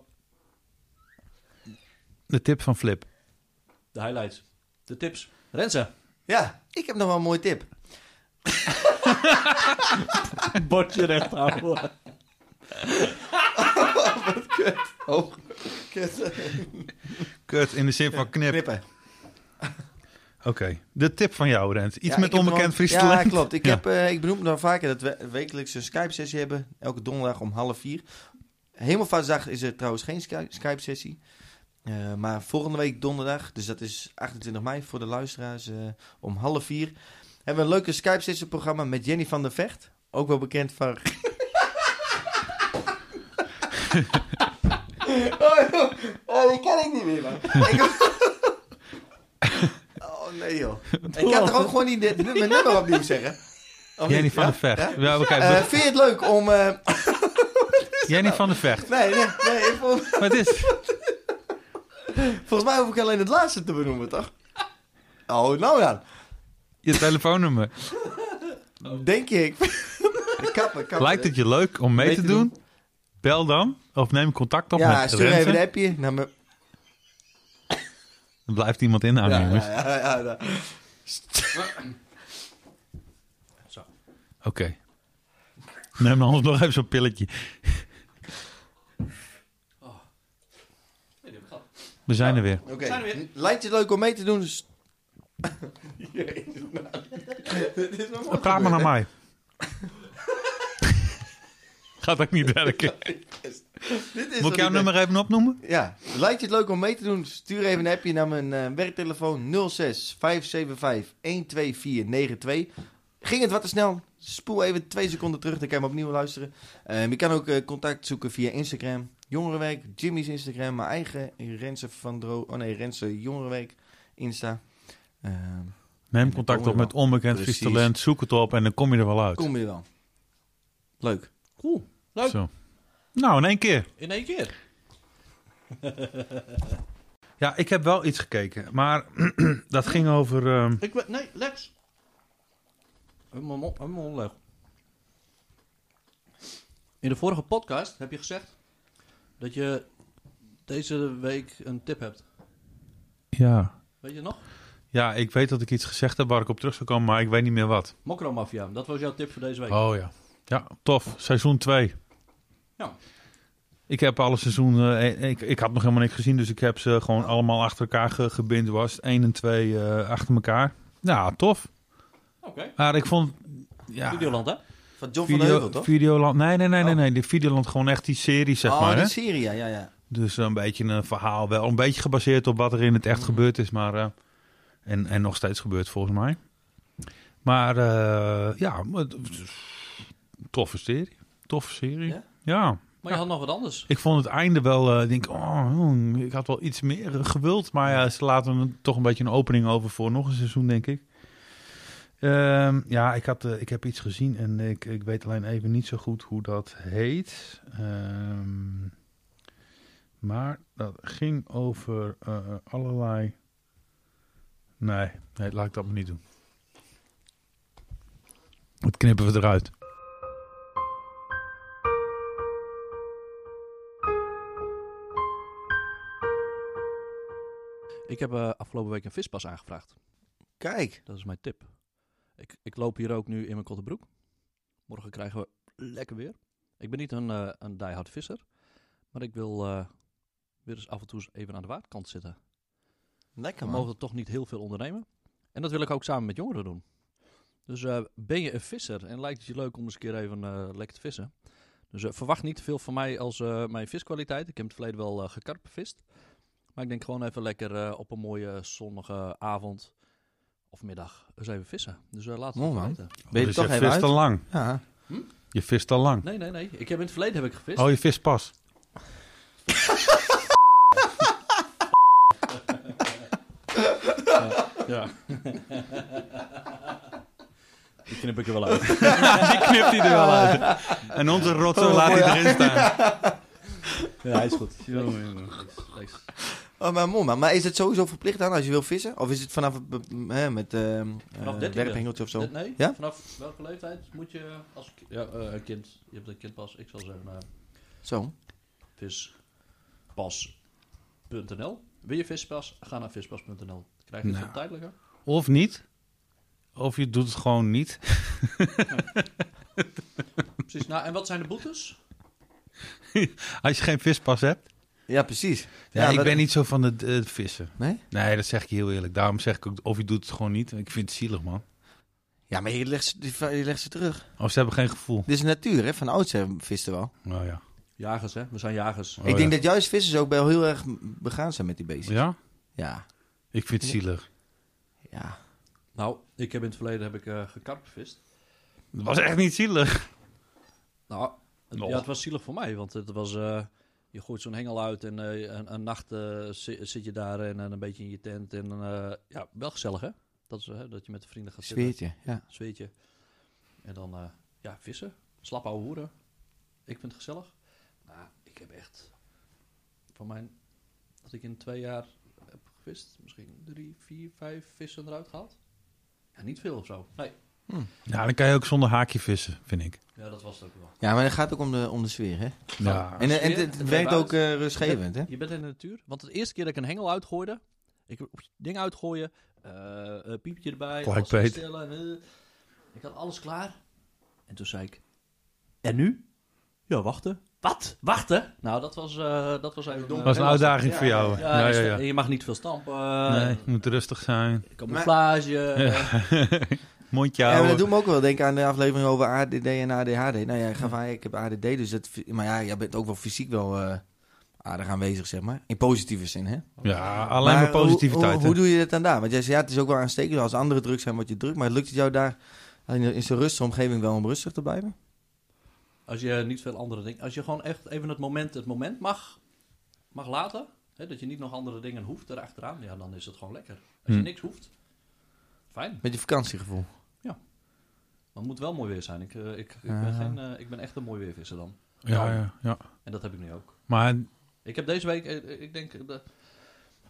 De tip van Flip. De highlights. De tips. Renze. Ja, ik heb nog wel een mooie tip. Bordje recht houden. Oh, kut. Kut, in de zin van knip. Knippen. Oké. De tip van jou, Rens. Iets Ja, met ik heb onbekend nog- Fries Ja, talent. klopt. Ik, Ja. heb, eh, ik benoem nog vaker dat we wekelijks een Skype-sessie hebben. Elke donderdag om half vier. Hemelvaartsdag is er trouwens geen Sky- Skype-sessie. Eh, maar volgende week donderdag, dus dat is 28 mei voor de luisteraars, eh, om half vier... hebben we een leuke Skype-sessie-programma met Jenny van der Vecht. Ook wel bekend van... oh, joh. oh, die kan ik niet meer, man. Ik- oh, nee, joh. Ik kan toch ook gewoon niet dit, mijn nummer opnieuw zeggen? Of Jenny niet? van oh, Ja? de Vecht. Ja? Ja, we kijken. Eh, vind je het leuk om... eh, Jenny van de Vecht. Nee, nee, nee. ik vol- Wat is? volgens mij hoef ik alleen het laatste te benoemen, toch? Oh, nou dan. Je telefoonnummer. Denk ik. kappen, kappen. Lijkt het je leuk om mee te doen? Bel dan of neem contact op Ja, met stuur even een Renze. appje naar mijn... Er blijft iemand inhouden, Ja, jongens. ja, ja, ja, ja. Oké. Neem dan anders nog even zo'n pilletje. Oh. We zijn er weer. Oké. Lijkt je het leuk om mee te doen? dus- St- Praat maar naar mij. Gaat ook niet werken. Dit is Moet ik wat jouw nummer even opnoemen? Ja, lijkt je het leuk om mee te doen? dus Stuur even een appje naar mijn eh, werktelefoon 06 575 12492. Ging het wat te snel? Spoel even twee seconden terug, dan kan je hem opnieuw luisteren. Ehm, je kan ook eh, contact zoeken via Instagram. Jongerenwerk, Jimmy's Instagram, mijn eigen Renze van Dro... Oh nee, Renze Jongerenwerk, Insta. Ehm, Neem contact op met onbekend Precies. Fries talent. Zoek het op en dan kom je er wel uit. kom je wel. Leuk. Cool. Leuk. Zo. Nou, in één keer. In één keer. Ja, ik heb wel iets gekeken. Maar dat ging over... ehm, Ik weet... Nee, Lex. Helemaal mo- helemaal onleg. In de vorige podcast heb je gezegd dat je deze week een tip hebt. ja. Weet je nog? ja, ik weet dat ik iets gezegd heb waar ik op terug zou komen, maar ik weet niet meer wat. Mokromafia. Dat was jouw tip voor deze week. Oh ja. Ja, tof. Seizoen 2. Ja. Ik heb alle seizoenen... eh, ik, ik had nog helemaal niks gezien, dus ik heb ze gewoon allemaal achter elkaar ge, gebindwast. 1 en 2 achter elkaar. Ja, tof. Oké. Maar ik vond... Ja, Videoland, hè? Van John van der Video, Heuvel, toch? Videoland. Nee, nee, nee, nee, nee. De Videoland gewoon echt die serie, zeg oh, maar. die Hè? serie, ja, ja, ja. Dus een beetje een verhaal wel. Een beetje gebaseerd op wat er in het Mm. echt gebeurd is. Maar, eh, en, en nog steeds gebeurt volgens mij. Maar eh, ja, het- toffe serie. Toffe serie. Ja? Ja. Maar je had nog wat anders. Ik vond het einde wel, eh, ik denk oh, hmm, ik had wel iets meer eh, gewild. Maar ja, ze laten er toch een beetje een opening over voor nog een seizoen, denk ik. Ehm, ja, ik, had, eh, ik heb iets gezien en ik, ik weet alleen even niet zo goed hoe dat heet. Ehm, maar dat ging over eh, allerlei... Nee, nee, laat ik dat maar niet doen. Dat knippen we eruit. Ik heb eh, afgelopen week een vispas aangevraagd. Kijk. Dat is mijn tip. Ik, ik loop hier ook nu in mijn korte broek. Morgen krijgen we lekker weer. Ik ben niet een, eh een diehard visser. Maar ik wil eh, weer eens af en toe eens even aan de waardkant zitten. We Lekker, man. Oh, mogen toch niet heel veel ondernemen. En dat wil ik ook samen met jongeren doen. Dus eh, ben je een visser en lijkt het je leuk om eens een keer even eh, lekker te vissen? Dus eh, verwacht niet te veel van mij als eh, mijn viskwaliteit. Ik heb in het verleden wel eh gekarp gevist. Maar ik denk gewoon even lekker eh, op een mooie zonnige avond of middag eens even vissen. Dus eh, laten we Mooi, het man. weten. Ben je er Dus toch je even vist uit? al lang. Ja. Je vist al lang. Nee, nee, nee. Ik heb in het verleden heb ik gevist. Oh, je vist pas. ja. Die knip ik er wel uit. Die knipt hij er wel uit. Oh, En onze rotzooi laat hij erin staan. Ja, hij is goed. Oh, maar, mooi, maar, maar is het sowieso verplicht dan als je wil vissen? Of is het vanaf het be- hè, met ehm eh, 13e. werphengeltje of zo? Dit- nee? Ja? Vanaf welke leeftijd moet je als ki- ja, eh, een kind... Je hebt een kindpas. Ik zal eh, zeggen naar Zo. vispas.nl. Wil je vispas? Ga naar vispas.nl. Krijg je Nou. het tijdelijker? Of niet. Of je doet het gewoon niet. Precies. Nou, en wat zijn de boetes? Als je geen vispas hebt. Ja, precies. Ja, Ja, ik dat- ben niet zo van het eh, vissen. Nee? Nee, dat zeg ik je heel eerlijk. Daarom zeg ik ook, of je doet het gewoon niet. Ik vind het zielig, man. Ja, maar je legt, ze, die- je legt ze terug. Of ze hebben geen gevoel. Dit is natuur, hè? Van oudsher visten wel. Nou ja. Jagers, hè? We zijn jagers. Oh, ik denk ja. dat juist vissers ook wel heel erg begaan zijn met die beesten. Ja? Ja. Ik vind het zielig. Ja. Nou, ik heb in het verleden heb ik eh gekarp gevist. Het was echt niet zielig. Nou, het, Nog. ja, het was zielig voor mij. Want het was... eh, je gooit zo'n hengel uit en eh, een, een nacht eh, zi- zit je daar en, eh, een beetje in je tent. En eh, ja, wel gezellig, hè? Dat, is, eh, dat je met de vrienden gaat zitten. Zweertje. Ja. zweetje. En dan eh, ja, vissen, slap ouwe hoeren. Ik vind het gezellig. Nou, ik heb echt van mijn... Dat ik in twee jaar heb gevist. Misschien drie, vier, vijf vissen eruit gehaald. Ja, niet veel of zo. Nee. Ja, dan kan je ook zonder haakje vissen, vind ik. Ja, dat was het ook wel. Ja, maar het gaat ook om de, om de sfeer, hè? Ja. En, eh, en sfeer, het, het werkt werkt ook eh, rustgevend, hè? Je bent in de natuur. Want de eerste keer dat ik een hengel uitgooide, ik op het ding uitgooien, eh, eh, piepje erbij, Gelijk alles beet. bestellen. eh. ik had alles klaar. En toen zei ik, en nu? Ja, wachten. Wat? Wachten? Nou, dat was, eh, dat was even... eh, Dat was een uitdaging Ja, voor jou. Ja, Ja, ja, en ja. je- Je mag niet veel stampen. Nee, eh, je moet rustig zijn. Camouflage. eh, Mondje Ja, maar houden. dat doet me ook wel denken aan de aflevering over ADD en ADHD. Nou ja, ik gaf aan, ik heb ADD, dus dat... Maar ja, jij bent ook wel fysiek wel eh, aardig aanwezig, zeg maar. In positieve zin, hè? Ja, alleen maar, hoe- positiviteit. Hoe, hoe, doe je dat dan daar? Want jij zei, ja, het is ook wel aanstekelijk als anderen druk zijn, word je druk. Maar lukt het jou daar in, in zo'n rustige omgeving wel om rustig te blijven? Als je niet veel andere dingen... Als je gewoon echt even het moment het moment mag, mag laten... Hè, dat je niet nog andere dingen hoeft erachteraan... Ja, dan is het gewoon lekker. Als je Hm. niks hoeft, fijn. Met je vakantiegevoel. Maar het moet wel mooi weer zijn. Ik, eh, ik, ik, ben, Ja. geen, eh, ik ben echt een mooi weervisser dan. hè? ja, ja, ja. En dat heb ik nu ook. Maar Ik heb deze week, eh, ik denk... De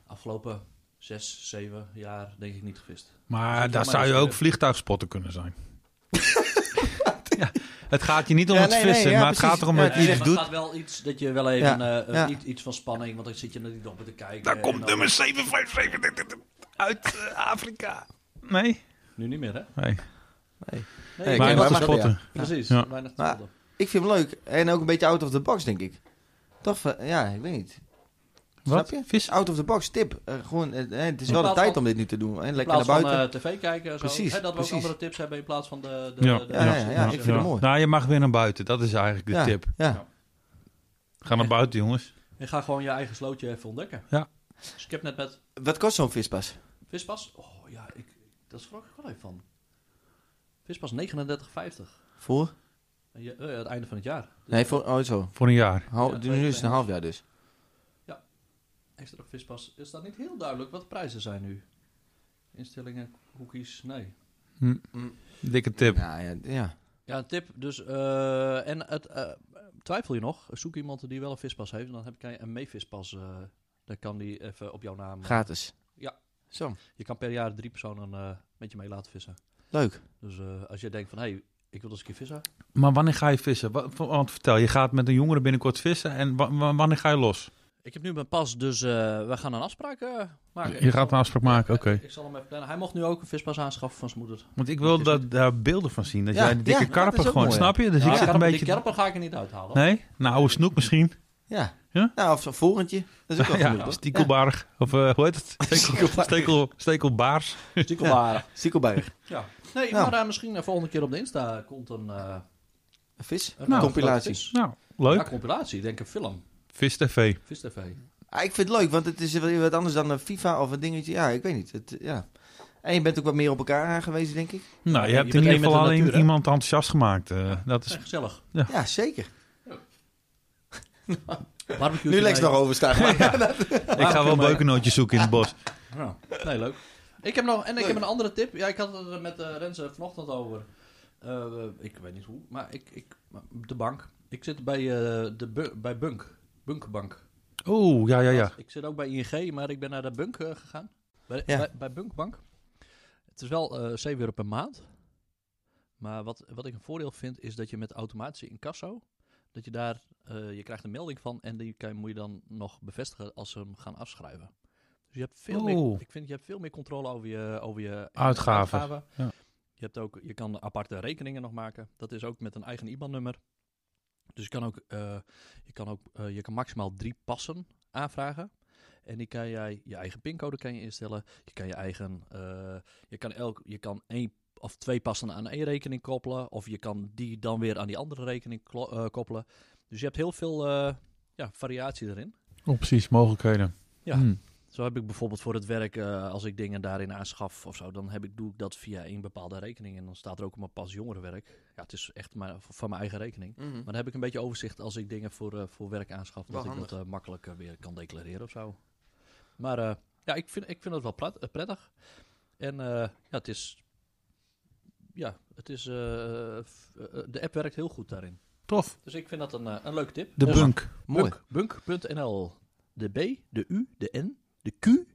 afgelopen zes, zeven jaar denk ik niet gevist. Maar Dus daar voor mij zou is je het ook weer- vliegtuigspotter kunnen zijn. ja, het gaat je niet om Ja, het nee, nee, vissen, ja, maar het precies. gaat erom Ja, dat Nee, je maar iets het doet. gaat Eh, wel iets dat je wel even Ja, eh, ja. iets, iets van spanning, want dan zit je naar die doppen te kijken. Daar en komt dan- nummer 757 uit eh, Afrika. Nee? Nu niet meer, hè? Nee, Nee. Nee, maar ik Weinig te heb wel- dus spotten. Precies, Ja. weinig te Maar- melden. Ik vind hem leuk. En ook een beetje out of the box, denk ik. Toch? eh, Ja, ik weet niet. Wat? Snap je? Vis? Out of the box, tip. Eh, gewoon, eh, eh, het is In wel de plaats tijd van- om dit nu te doen. En In lekker naar plaats van buiten. eh, tv kijken, zo, Precies, hè, dat we ook precies. andere tips hebben in plaats van de... de, Ja. de- Ja, ja, ja, de- ik vind hem mooi. Nou, je mag weer naar buiten. Dat is eigenlijk de ja, tip. eh, Ja. Ga naar buiten, jongens. En ga gewoon je eigen slootje even ontdekken. Ja. Dus ik heb net met Wat kost zo'n vispas? vispas... Oh ja, ik, dat schrok ik wel even van. Vispas 39,50. Voor? En je- eh, het einde van het jaar. Nee, voor, oh zo. Voor een jaar. Hou- Ja, nu is het een ja. half jaar dus. Extra vispas. Is dat niet heel duidelijk wat de prijzen zijn nu? Instellingen, hoekies, nee. Dikke tip. Ja, ja, ja. Ja, een tip. Dus, eh, en het, eh, twijfel je nog? Zoek iemand die wel een vispas heeft. En dan heb je een meevispas. eh dan kan die even op jouw naam. eh, Gratis. Ja. Zo. Je kan per jaar drie personen eh, met je mee laten vissen. Leuk. Dus eh, als je denkt van, hé, hey, ik wil eens een keer vissen. Maar wanneer ga je vissen? Wat, want vertel, je gaat met een jongere binnenkort vissen. En wa- wa- wanneer ga je los? Ik heb nu mijn pas, dus eh, we gaan een afspraak eh, maken. Je gaat een afspraak maken, oké. Ik zal hem even plannen. Hij mocht nu ook een vispas aanschaffen van zijn moeder. Want ik wil dat, daar beelden van zien. Dat Ja, jij die dikke ja, dat is karper ook gewoon, mooi. snap je? Dus Ja, ik zit een kerper- Nou, beetje... Die kerper ga ik er niet uithalen. hoor. Nee? Een oude snoek misschien. Ja. Ja? Nou, of zo'n vorentje. Dat is ook wel ja, genoeg, toch? Stiekelbarg. Of eh, hoe heet het? Stekel, stekel, stekelbaars. Dus Stiekelwaardig. Stiekelberg. Ja. Nee, Nou. maar eh, misschien de volgende keer op de Insta komt een... eh, Een vis. een Nou, compilatie. vis. Nou, Ja, leuk. compilatie. Ik denk een film. Vis TV. Vis TV. Ah, ik vind het leuk, want het is wel wat anders dan een FIFA of een dingetje. Ja, ik weet niet. Het, ja. En je bent ook wat meer op elkaar aangewezen, denk ik. Nou, je je hebt bent in ieder één met geval de alleen natuur, hè? iemand enthousiast gemaakt. eh, dat is... Ja, gezellig. Ja, zeker. Barbecue Nu Lex nog overstaan. Ik ga wel beukennootjes zoeken in het bos. Ja. Nee, leuk. Ik heb nog... En ik heb een andere tip. Ja, ik had het er met eh Renze vanochtend over. Eh, ik weet niet hoe, maar ik... ik maar de bank. Ik zit bij, eh, de bu- bij Bunk. Bunkbank. Oeh, ja, ja, ja. Ik zit ook bij ING, maar ik ben naar de Bunk eh, gegaan. Bij, Ja. bij, bij Bunkbank. Het is wel eh 7 euro per maand. Maar wat, wat ik een voordeel vind, is dat je met automatische incasso... dat je daar... eh, je krijgt een melding van en die kan, moet je dan nog bevestigen als ze hem gaan afschrijven. Dus je hebt veel Oeh. meer... Ik vind, je hebt veel meer controle over je, over je Uitgaven, ja. Je, hebt ook, je kan aparte rekeningen nog maken. Dat is ook met een eigen IBAN-nummer. Dus je kan ook, eh, je kan ook eh, je kan maximaal drie passen aanvragen. En die kan jij, je eigen pincode kan je instellen. Je kan je eigen, eh, je kan elk, je kan één of twee passen aan één rekening koppelen. Of je kan die dan weer aan die andere rekening klo- eh, koppelen. Dus je hebt heel veel eh, ja, variatie erin. Oh, precies, mogelijkheden. Ja. Hm. Zo heb ik bijvoorbeeld voor het werk, eh, als ik dingen daarin aanschaf of zo, dan heb ik, doe ik dat via één bepaalde rekening. En dan staat er ook op mijn pas jongerenwerk. Ja, het is echt maar v- van mijn eigen rekening. Mhm. Maar dan heb ik een beetje overzicht als ik dingen voor, eh, voor werk aanschaf. Wel Dat ik dat eh, makkelijk eh, weer kan declareren of zo. Maar eh, ja, ik vind, ik vind het wel prat- eh, prettig. En eh, ja, het is. Ja, het is. eh, f- eh, de app eh, werkt heel goed daarin. Tof. Dus ik vind dat een, eh, een leuke tip. De Dus bunk. Mooi. Bunk. Bunk.nl. De B, de U, de N, de Q.nl.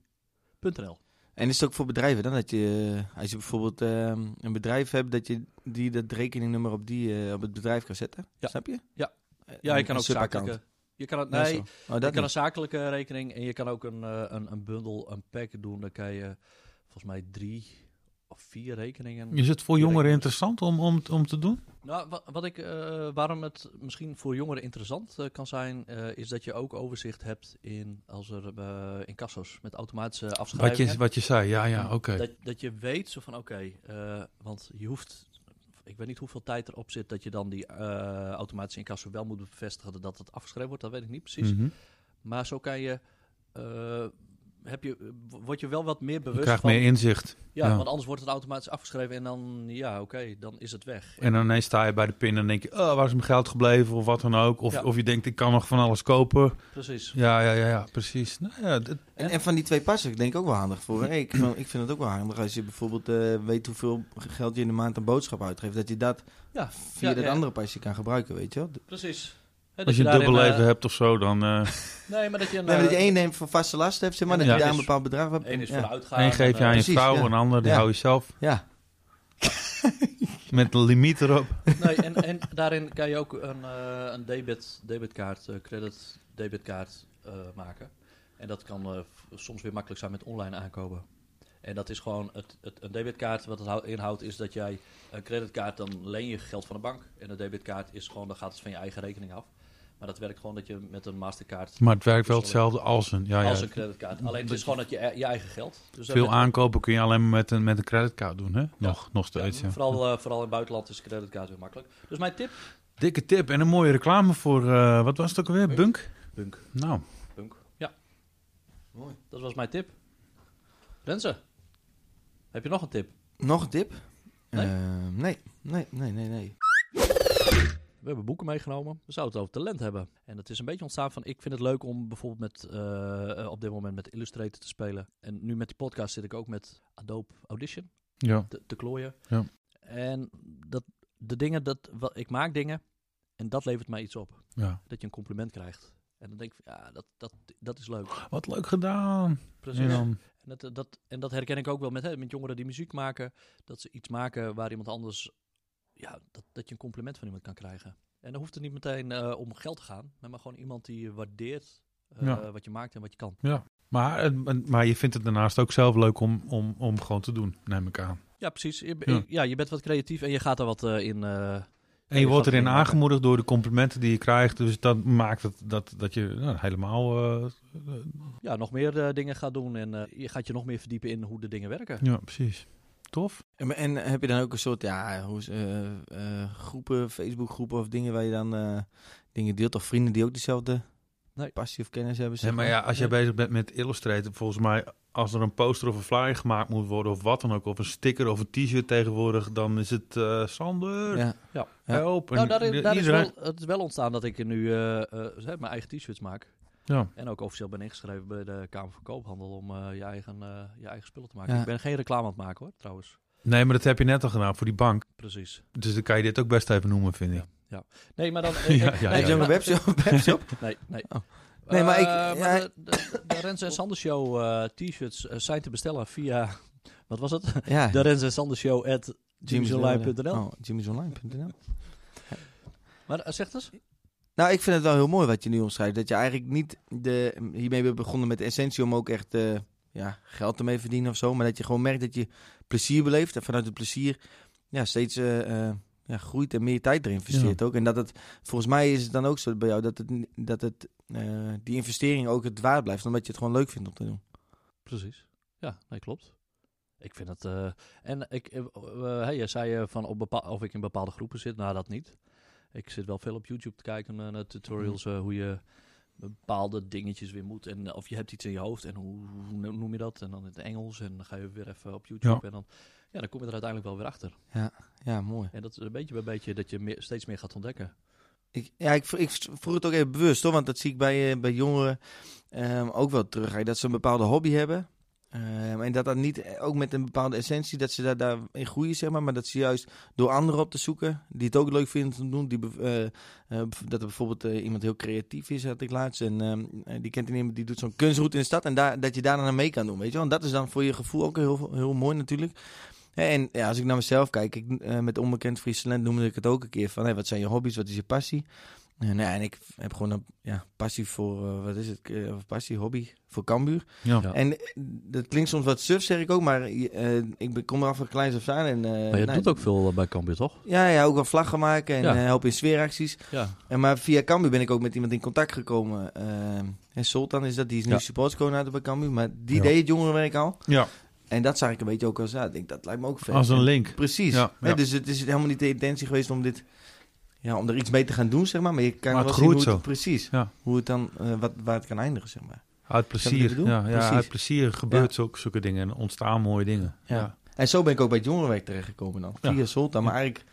En is het ook voor bedrijven dan? Dat je, eh, als je bijvoorbeeld ehm, een bedrijf hebt, dat je die, dat rekeningnummer op, die, eh, op het bedrijf kan zetten? Ja. Snap je? Ja. Eh, Ja, je kan een ook subaccount. zakelijke. Je kan het, Ja, nee, zo. Oh, je dat kan een niet. zakelijke rekening en je kan ook een, eh, een, een bundel, een pack doen. Dan kan je volgens mij drie of vier rekeningen. Is het voor Die jongeren rekening. interessant om, om, om te doen? Nou, wa- wat ik, eh, waarom het misschien voor jongeren interessant eh, kan zijn, eh, is dat je ook overzicht hebt in als er eh in kassos met automatische Wat afschrijvingen. je, wat je zei. Ja, ja, oké. dat, dat je weet zo van oké, eh, want je hoeft, ik weet niet hoeveel tijd erop zit dat je dan die eh, automatische incasso wel moet bevestigen dat het afgeschreven wordt, dat weet ik niet precies. Mhm. Maar zo kan je, eh, heb je, word je wel wat meer Je bewust krijgt van. meer inzicht. ja, ja. want anders wordt het automatisch afgeschreven en dan, ja oké, dan is het weg. En dan ineens sta je bij de pin en denk je, oh, waar is mijn geld gebleven of wat dan ook. Of, Ja. of je denkt, ik kan nog van alles kopen. Precies. Ja, ja, ja, ja precies. Nou ja, dat- En, en van die twee passen, ik denk ook wel handig voor. Hey, ik, vind, ik vind het ook wel handig als je bijvoorbeeld eh, weet hoeveel geld je in de maand aan boodschap uitgeeft. Dat je dat Ja, via ja, dat ja. andere pasje kan gebruiken, weet je wel. Precies. Hè, dat als je een dubbel daarin, leven eh, hebt of zo, dan eh Nee, maar dat je een... Nee, maar dat je eh, één neemt voor vaste last hebt, zeg maar. Dat Ja. je daar een Is- bepaald bedrag hebt. één is ja. voor de uitgaven. één geef je eh, aan je precies, vrouw, ja. een ander die Ja. hou je zelf. Ja, Met een limiet erop. Nee, en, en daarin kan je ook een, eh, een debit, debitkaart, eh, credit debitkaart eh, maken. En dat kan eh, f- soms weer makkelijk zijn met online aankopen. En dat is gewoon, het, het, een debitkaart, wat het hou- inhoudt, is dat jij een creditkaart, dan leen je geld van de bank. En een debitkaart is gewoon, dan gaat het van je eigen rekening af. Maar dat werkt gewoon dat je met een masterkaard, Maar het werkt wel hetzelfde als een. Ah, Ja, als ja. een creditkaart. Alleen het is gewoon dat je, e- je eigen geld. Dus daar Veel ben- aankopen kun je alleen maar met een, met een creditcard doen, hè? Nog, nog steeds. ja, Ja. vooral, eh, vooral in het buitenland is creditkaart weer makkelijk. Dus mijn tip, Dikke tip en een mooie reclame voor, eh, wat was het ook alweer? Bunk? Bunk. Nou, Punk. Ja. Mooi. Dat was mijn tip. Renze, heb je nog een tip? nog een tip? Nee? Eh, nee, nee, nee, nee, nee. We hebben boeken meegenomen. We zouden het over talent hebben. En het is een beetje ontstaan van... ik vind het leuk om bijvoorbeeld met, eh, eh, op dit moment met Illustrator te spelen. En nu met die podcast zit ik ook met Adobe Audition ja. te, te klooien. Ja. En dat, de dingen, dat, wat, ik maak dingen en dat levert mij iets op. ja. Dat je een compliment krijgt. En dan denk ik, van, ja, dat, dat, dat is leuk. Wat leuk gedaan. Precies. En dan, En dat, dat, en dat herken ik ook wel met, hè, met jongeren die muziek maken. Dat ze iets maken waar iemand anders... Ja, dat, dat je een compliment van iemand kan krijgen. En dan hoeft het niet meteen eh, om geld te gaan. Maar, maar gewoon iemand die waardeert eh, Ja. wat je maakt en wat je kan. maar, het- maar je vindt het daarnaast ook zelf leuk om, om, om gewoon te doen, neem ik aan. Ja, precies. Je, be- Ja. ja. je bent wat creatief en je gaat er wat eh, in... eh, En je wordt erin aangemoedigd door de complimenten die je krijgt. Dus dat maakt het dat, dat je nou, helemaal... eh, ja, nog meer eh, dingen gaat doen. En eh, je gaat je nog meer verdiepen in hoe de dingen werken. ja, precies. Tof. En, maar- en heb je dan ook een soort ja, hoe, is- eh, eh, groepen, Facebookgroepen of dingen waar je dan eh, dingen deelt? Of vrienden die ook dezelfde Nee. passie of kennis hebben? Ja, zeg maar ja, als je bezig bent met Illustrator, volgens mij als er een poster of een flyer gemaakt moet worden of wat dan ook, of een sticker of een t-shirt tegenwoordig, dan is het eh, Sander, Ja. Ja. help. En Nou, daar, i- is- daar is iedereen- wel, het is wel ontstaan dat ik nu eh, eh, zeg, mijn eigen t-shirts maak. Ja. En ook officieel ben ingeschreven bij de Kamer van Koophandel om eh, je, eigen, eh, je eigen spullen te maken. Ja. Ik ben geen reclame aan het maken hoor, trouwens. Nee, maar dat heb je net al gedaan voor die bank. Precies. Dus dan kan je dit ook best even noemen, vind ik. Nee, maar dan... eh, Ja, ik- ja, nee, Heb je ook een maar- webshop? webshop? Nee, nee. Oh. Nee, maar ik- Eh, ja, de, de, de Rens en Sander Show eh, t-shirts eh, zijn te bestellen via... Wat was het? ja. De Rens en Sander Show at... jimmysonline.nl. Oh, jimmysonline.nl. Maar eh, zeg eens. Nou, ik vind het wel heel mooi wat je nu omschrijft. Dat je eigenlijk niet de, hiermee bent begonnen met de essentie om ook echt eh, ja, geld ermee te verdienen of zo. Maar dat je gewoon merkt dat je plezier beleeft. En vanuit het plezier ja, steeds eh, eh, ja, groeit en meer tijd erin investeert ook. En dat het, volgens mij is het dan ook zo bij jou dat, het, ni- dat het, eh, die investering ook het waard blijft. Omdat je het gewoon leuk vindt om te doen. Precies. Ja, nee, klopt. Ik vind het... eh, en ik, eh, eh, hey, jij zei eh, van op bepaal- of ik in bepaalde groepen zit. Nou, dat niet. Ik zit wel veel op YouTube te kijken eh, naar tutorials eh, hoe je bepaalde dingetjes weer moet. En eh, of je hebt iets in je hoofd en hoe, hoe no- noem je dat? En dan in het Engels en dan ga je weer even op YouTube. En dan, ja, dan kom je er uiteindelijk wel weer achter. Ja, mooi. En dat is een beetje bij beetje dat je meer, steeds meer gaat ontdekken. Ik, ja, ik, vro- ik vroeg het ook even bewust, hoor, want dat zie ik bij, eh, bij jongeren ehm, ook wel terug. Hè, Dat ze een bepaalde hobby hebben. Ehm, en dat dat niet, ook met een bepaalde essentie, dat ze daar, daarin groeien, zeg maar. Maar dat ze juist door anderen op te zoeken, die het ook leuk vinden te doen. Die, bev- eh, eh, bev- dat er bijvoorbeeld eh, iemand heel creatief is, had ik laatst. En ehm, eh, die kent iemand, die doet zo'n kunstroute in de stad. En daar, dat je daar dan aan mee kan doen, weet je wel. En dat is dan voor je gevoel ook heel, heel mooi natuurlijk. Hè, En ja, als ik naar mezelf kijk, ik, eh, met Onbekend Fries Talent noemde ik het ook een keer. Van, hé, wat zijn je hobby's, wat is je passie? Eh, nou ja, en ik heb gewoon een ja, passie voor, eh, wat is het, eh, passie, hobby, voor Cambuur. Ja. Ja. En eh, dat klinkt soms wat suf, zeg ik ook, maar eh, ik ben- kom er af van kleins af aan. En, eh, Maar je nou, doet ook veel eh, bij Cambuur, toch? Ja, ja, ook wel vlaggen maken en Ja. eh, helpen in sfeeracties. Ja. En, maar via Cambuur ben ik ook met iemand in contact gekomen. eh, en Sultan is dat, die is nu Ja. supportscoördinator bij Cambuur. Maar die Ja. deed het jongerenwerk al. Ja, En dat zag ik een beetje ook als, ja, ik denk, dat lijkt me ook vet. als een link. Precies. Ja, Hè, ja. Dus het is helemaal niet de intentie geweest om dit... Ja, om er iets mee te gaan doen, zeg maar. Maar je kan Maar wel het zien hoe groeit het, zo. precies. Ja. Hoe het dan, eh, wat, waar het kan eindigen, zeg maar. Uit Snap je wat ik plezier. bedoel? Ja, ja, Precies. uit plezier gebeurt ook zulke dingen en ontstaan mooie dingen. Ja. Ja. En zo ben ik ook bij het jongerenwerk terechtgekomen dan. Ja. Via Sultan, maar eigenlijk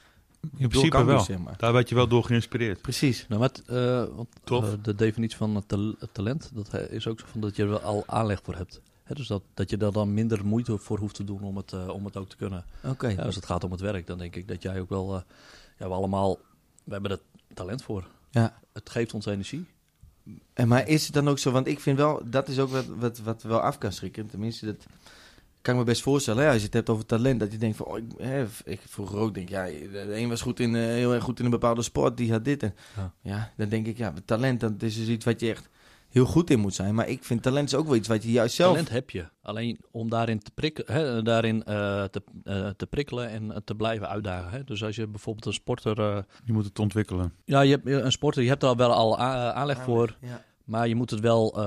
In door principe wel. Zeg maar. Daar werd je wel door geïnspireerd. Precies. Nou, maar het, eh, want, Tof. eh, de definitie van het tal- het talent, dat he- is ook zo van dat je er wel al aanleg voor hebt. Hè, dus dat, dat je daar dan minder moeite voor hoeft te doen om het, eh, om het ook te kunnen. Oké. Ja, als het gaat om het werk, dan denk ik dat jij ook wel... eh, ja, we allemaal... We hebben er talent voor. Ja. Het geeft ons energie. En maar is het dan ook zo, want ik vind wel, dat is ook wat, wat, wat wel af kan schrikken. Tenminste, dat kan ik me best voorstellen. Hè? Als je het hebt over talent, dat je denkt van, oh, ik, hè, ik vroeger ook denk, ja, de een was goed in, eh, heel erg goed in een bepaalde sport, die had dit. En, ja. Ja. dan denk ik, ja, talent, dat is dus iets wat je echt heel goed in moet zijn. Maar ik vind talent is ook wel iets wat je juist zelf... Talent heb je. Alleen om daarin te, prikken, hè, daarin, eh, te, eh, te prikkelen en eh, te blijven uitdagen. Hè. Dus als je bijvoorbeeld een sporter... eh, Je moet het ontwikkelen. ja, je hebt eh, een sporter, je hebt daar wel al a- aanleg voor. Ja. Maar je moet het wel, eh,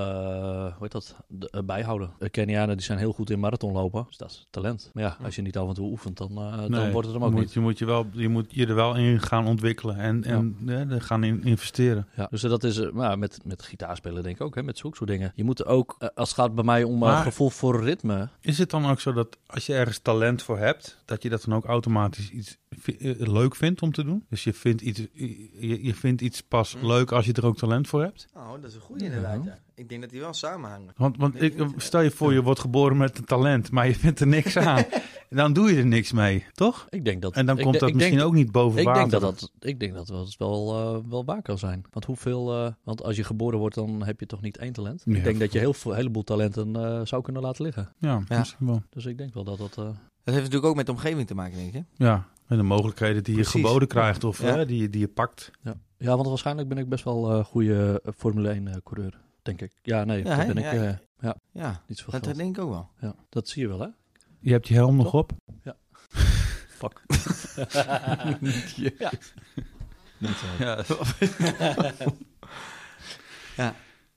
hoe heet dat, de- eh, bijhouden. De Kenianen die zijn heel goed in marathonlopen, dus dat is talent. Maar ja, als je niet af en toe oefent, dan, eh, dan Nee, wordt het hem je ook moet, niet. Je moet je, wel, je moet je er wel in gaan ontwikkelen en, en hè, er gaan in, investeren. Ja. Dus eh, dat is, eh, maar met, met gitaarspelen denk ik ook, hè, met zulke soort dingen. Je moet ook, eh, als het gaat bij mij om eh, Maar- gevoel voor ritme, Is het dan ook zo dat als je ergens talent voor hebt, dat je dat dan ook automatisch iets vi- eh, leuk vindt om te doen? Dus je vindt iets, je, je vindt iets pas Mm. leuk als je er ook talent voor hebt? Oh, dat is een goede inderdaad, ja. Ik denk dat die wel samenhangen. Want, want Nee, ik, niet. stel je voor, je wordt geboren met een talent, maar je vindt er niks aan. dan doe je er niks mee, toch? ik denk dat... En dan ik komt de- dat ik misschien denk, ook niet boven Ik water. denk dat dat, ik denk dat dat wel, eh, wel waar kan zijn. Want hoeveel, eh, want als je geboren wordt, dan heb je toch niet één talent. Nee. Ik denk dat je heel veel, een heleboel talenten eh, zou kunnen laten liggen. Ja, Ja. misschien wel. Dus ik denk wel dat dat... eh, Dat heeft natuurlijk ook met de omgeving te maken, denk ik. Hè? Ja, en de mogelijkheden die Precies. je geboden krijgt of Ja. eh, die, je- die je pakt. Ja. ja, want waarschijnlijk ben ik best wel een goede eh, Formule 1 eh, coureur, denk ik. Ja, nee, Ja, daar hè? ben ik Ja. eh, ja, Ja, niet zo dat, dat geld. denk ik ook wel. Ja, dat zie je wel, hè? Je hebt je helm nog Toch? op. Fuck. ja. Niet zo. Ja.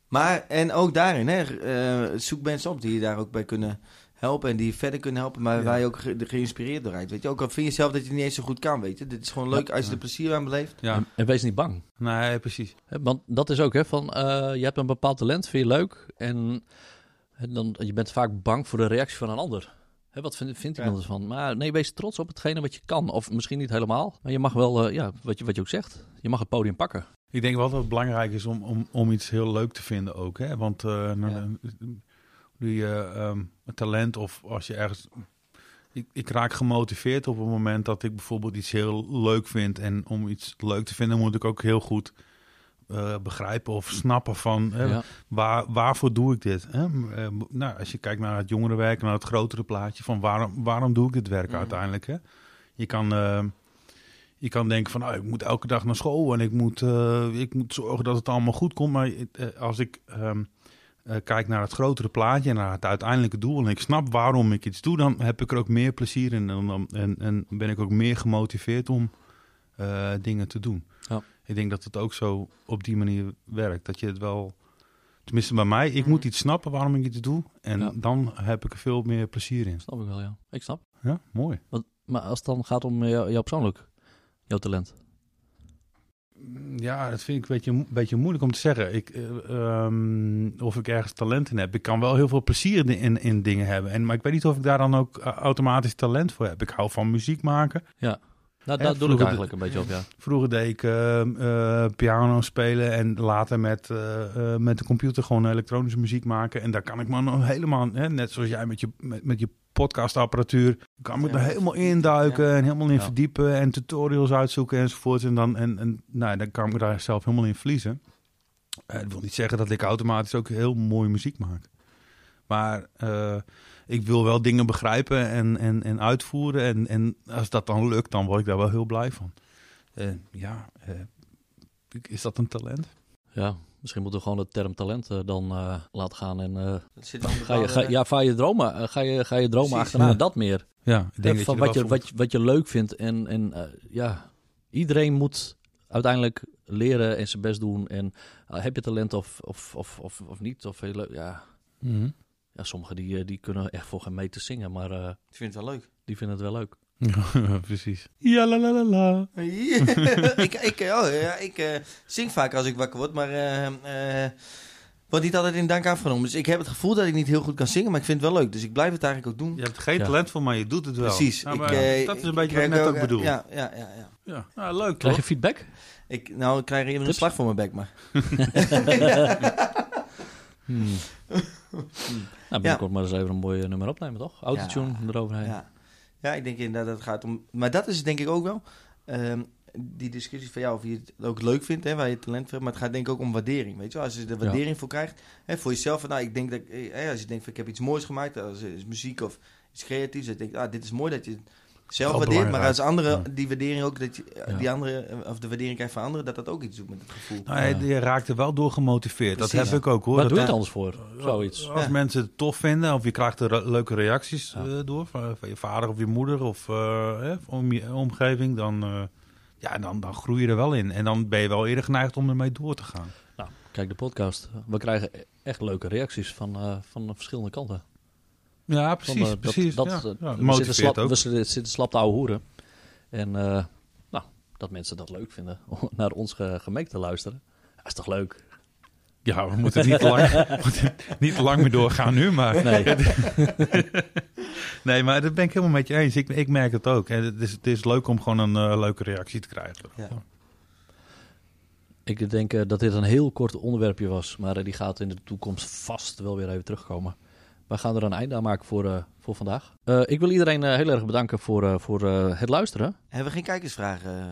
Maar, en ook daarin, hè, eh, zoek mensen op die je daar ook bij kunnen helpen en die je verder kunnen helpen, maar Ja. waar je ook ge- geïnspireerd door raakt. Weet je, ook al vind je zelf dat je het niet eens zo goed kan, weet je. Dit is gewoon leuk als je er plezier aan beleeft. ja, En, en wees niet bang. nee, precies. Hè, Want dat is ook, hè, van eh, je hebt een bepaald talent, vind je leuk. En, en dan, je bent vaak bang voor de reactie van een ander. Hè, wat vind, vindt iemand ervan? Maar nee, wees trots op hetgene wat je kan. Of misschien niet helemaal. Maar je mag wel, eh, ja, wat je, wat je ook zegt, je mag het podium pakken. Ik denk wel dat het belangrijk is om, om, om iets heel leuk te vinden ook. Hè? Want eh nou, Ja. eh, doe je ehm, een talent of als je ergens... Ik, ik raak gemotiveerd op het moment dat ik bijvoorbeeld iets heel leuk vind. En om iets leuk te vinden moet ik ook heel goed eh, begrijpen of snappen van... Hè, Ja. waar, waarvoor doe ik dit? Hè? M- eh, m- nou, als je kijkt naar het jongerenwerk, naar het grotere plaatje van waarom, waarom doe ik dit werk uiteindelijk? Hè? Je kan... eh, je kan denken van, nou, ik moet elke dag naar school en ik moet, eh, ik moet zorgen dat het allemaal goed komt. Maar eh, als ik ehm, eh, kijk naar het grotere plaatje en naar het uiteindelijke doel en ik snap waarom ik iets doe, dan heb ik er ook meer plezier in en, dan, en, en ben ik ook meer gemotiveerd om eh, dingen te doen. Ja. Ik denk dat het ook zo op die manier werkt. Dat je het wel, tenminste bij mij, ik moet iets snappen waarom ik iets doe en Mhm. Ja. dan heb ik er veel meer plezier in. Snap ik wel, ja. Ik snap. Ja, mooi. Want, maar als het dan gaat om eh, jou, jouw persoonlijk, jouw talent. Ja, dat vind ik een beetje, een beetje moeilijk om te zeggen. Ik, eh, ehm, of ik ergens talent in heb. Ik kan wel heel veel plezier in, in dingen hebben. En, maar ik weet niet of ik daar dan ook eh, automatisch talent voor heb. Ik hou van muziek maken. Ja. Dat, Hè, dat Nou, doe ik vroeger eigenlijk een beetje op, ja. Vroeger deed ik ehm, eh, piano spelen en later met, eh, eh, met de computer gewoon elektronische muziek maken. En daar kan ik me nog helemaal, hè, net zoals jij met je, met, met je podcastapparatuur, kan ik Ja. er helemaal in duiken en helemaal in Ja. verdiepen en tutorials uitzoeken enzovoort. En dan, en, en, nou, ja, dan kan ik me daar zelf helemaal in verliezen. Eh, dat wil niet zeggen dat ik automatisch ook heel mooie muziek maak. Maar eh, ik wil wel dingen begrijpen en, en, en uitvoeren. En, en als dat dan lukt, dan word ik daar wel heel blij van. Eh, ja, eh, is dat een talent? Ja, misschien moeten we gewoon de term talent eh, dan eh, laten gaan. En, eh, Dat zit dan ga, je, ga, bepaalde- ja, van je dromen, eh, ga je, ga je dromen Precies, achterna, ja. dat meer. Ja, ik denk Eh, dat van je, wat, je, wat, je, wat je leuk vindt. En, en eh, ja, iedereen moet uiteindelijk leren en zijn best doen. En eh, heb je talent of, of, of, of, of niet? Of heel leuk, ja. ja, sommigen die, eh, die kunnen echt voor geen meter zingen, maar eh, Ik vind het wel leuk. die vinden het wel leuk. Ja, precies. Mhm. Ja, la la la la. ik, ik, eh, oh, ja, ik eh, zing vaak als ik wakker word, maar eh, eh, wordt niet altijd in dank afgenomen. Dus ik heb het gevoel dat ik niet heel goed kan zingen, maar ik vind het wel leuk. Dus ik blijf het eigenlijk ook doen. Je hebt geen Ja. talent voor, maar je doet het wel. Precies. Nou, ik, maar eh, dat is een beetje ik wat krijg ik net ook eh, bedoel. Ja. Ja, ja, ja, ja. Nou, leuk Krijg toch? je feedback? Ik, nou, ik krijg even een Tips? slag voor mijn bek, maar... Hmm. Nou, binnenkort maar eens even een mooi eh, nummer opnemen, toch? Autotune Ja. eroverheen. Ja. ja, ik denk inderdaad dat het gaat om... Maar dat is het denk ik ook wel. ehm, die discussie van jou, of je het ook leuk vindt, hè, waar je talent voor hebt. Maar het gaat denk ik ook om waardering, weet je wel. Als je er waardering voor krijgt, hè, voor jezelf. van, Nou, ik denk dat, ik- hè, als je denkt van ik heb iets moois gemaakt, als eh, is muziek of iets creatiefs. Dat je denkt, ah, dit is mooi dat je het zelf Wel waardeert. Maar belangrijk, als anderen ja. die waardering ook, dat je, eh, Ja. die anderen, eh, of de waardering krijgt van anderen, dat dat ook iets doet met het gevoel. Nou, je- je raakt er wel door gemotiveerd. dat Precies. heb ik ook hoor. Waar Dat- eh, doe je het anders voor? Zoiets. Als Ja. mensen het tof vinden, of je krijgt er re- leuke reacties Ja. eh, door van, van je vader of je moeder of eh, hè, om je omgeving, dan, eh, ja, dan, dan groei je er wel in. En dan ben je wel eerder geneigd om ermee door te gaan. Nou, kijk de podcast. We krijgen e- echt leuke reacties van, eh, van verschillende kanten. Ja, Van, precies. eh, precies. dat, ja. dat, eh, Ja, we, motiveert zitten slap, ook. we zitten zitten slap te ouwe hoeren. En eh, nou, dat mensen dat leuk vinden om naar ons ge- gemeek te luisteren. Dat is toch leuk? Ja, we moeten niet te lang, we moeten niet te lang meer doorgaan nu, maar... Nee. Nee, maar dat ben ik helemaal met je eens. Ik, ik merk het ook. En het, is, het is leuk om gewoon een eh, leuke reactie te krijgen. Ja. Ik denk eh, dat dit een heel kort onderwerpje was, maar eh, die gaat in de toekomst vast wel weer even terugkomen. Wij gaan er een einde aan maken voor, eh, voor vandaag. Eh, ik wil iedereen eh, heel erg bedanken voor, eh, voor eh, het luisteren. Hebben we geen kijkersvragen? eh,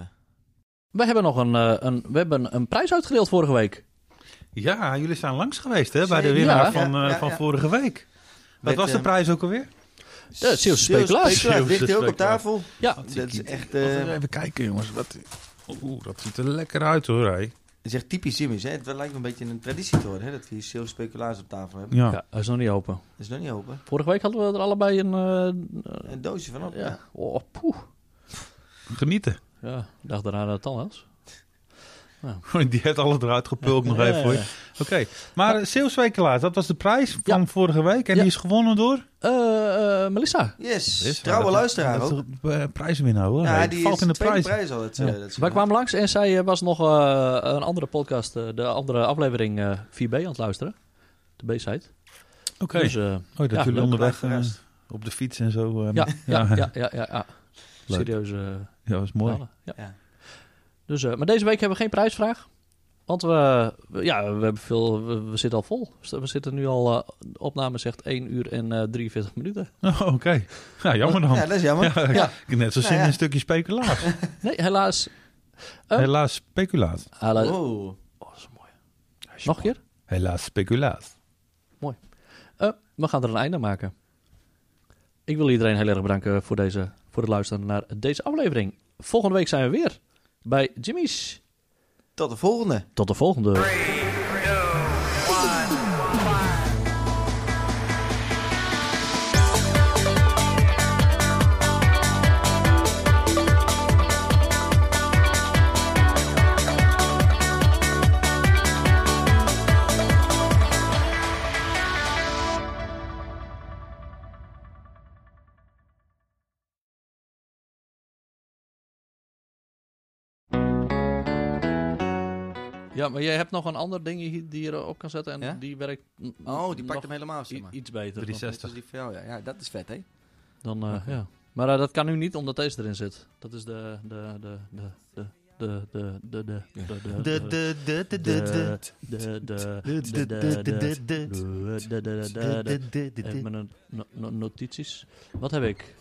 We hebben nog een, eh, een, we hebben een prijs uitgedeeld vorige week. Ja, jullie zijn langs geweest hè, bij de Zeker. winnaar Ja. van, eh, Ja, ja, van ja. vorige week. Wat Met, was de ehm, prijs ook alweer? Zeeuwse speculaas. Speculaas, ligt hier ook Zeeuwse op tafel. Ja, Dat is echt... eh, Wacht even kijken, jongens. Wat... Oeh, dat ziet er lekker uit, hoor. Hé. Het is echt typisch Jimmy's, hè? Het lijkt me een beetje een traditie te worden, hè? Dat we hier Zeeuwse speculaars op tafel hebben. Ja. ja, hij is nog niet open. Dat is nog niet open. Vorige week hadden we er allebei een... eh, Een doosje van op. ja. Ja. Oh, poeh. genieten. Ja, dag daarna naar Tannhaus. Die heeft alles eruit gepulkt nog even, hoor. Ja. Oké, maar eh, Zeeuws Wekelaars, dat was de prijs van vorige week. En Ja. die is gewonnen door? Eh, eh, Melissa, Yes, Dat is- trouwe dat- luisteraar dat is ook. toch, eh, prijzenwinnaar, hoor. Ja, Hij die valt is in de tweede prijs. prijs al. Dat, Ja. eh, dat is wij goed. kwamen langs en zij eh, was nog eh, een andere podcast, eh, de andere aflevering eh, 4B aan het luisteren. De B-site. Oké, Dus, eh, oh, dat ja, jullie leuk. onderweg Graag eh, verrast. op de fiets en zo. eh, Ja, ja, ja, ja. ja, ja. ja. Leuk. Serieus. eh, dat was mooi. verhalen. Ja. Ja. Dus, eh, maar deze week hebben we geen prijsvraag. Want we, we- ja, we, hebben veel, we, we zitten al vol. We zitten nu al, eh, de opname zegt 1 uur en eh 43 minuten. Oh, Oké, ja, jammer dan. Ja, dat is jammer. Ja, Ja. ik heb Net zo zin Nou, ja. in een stukje speculaas. Nee, helaas. Oh. Helaas speculaat. Helaas- Wow. Oh, dat is mooi. Nog een keer? Helaas speculaat. Eh, we gaan er een einde aan maken. Ik wil iedereen heel erg bedanken voor, deze, voor het luisteren naar deze aflevering. Volgende week zijn we weer bij Jimmy's. Tot de volgende. Tot de volgende. Ja, maar jij hebt nog een ander ding hier- die je erop kan zetten en Ja? die werkt n- Oh, die pakt nog hem helemaal af, zeg i- maar. iets beter. 360. oh, Dat is die van jou, ja. ja, dat is vet, hè? Dan, dan, eh, ja. Maar eh, dat kan nu niet, omdat deze erin zit. Dat is de... de, de, de, de de de de de de de de de de de de de de notities. Wat heb ik?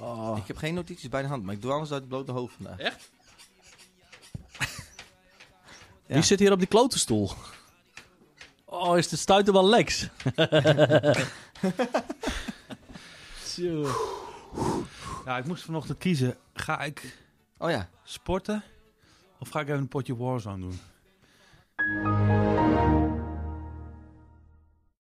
Oh. Ik heb geen notities bij de hand, maar ik doe alles uit het blote hoofd vandaag. Wie zit hier op die klote stoel? Oh, is de stuiter wel Lex? Zo. Ja, ik moest vanochtend kiezen. Ga ik Oh ja. sporten of ga ik even een potje Warzone doen?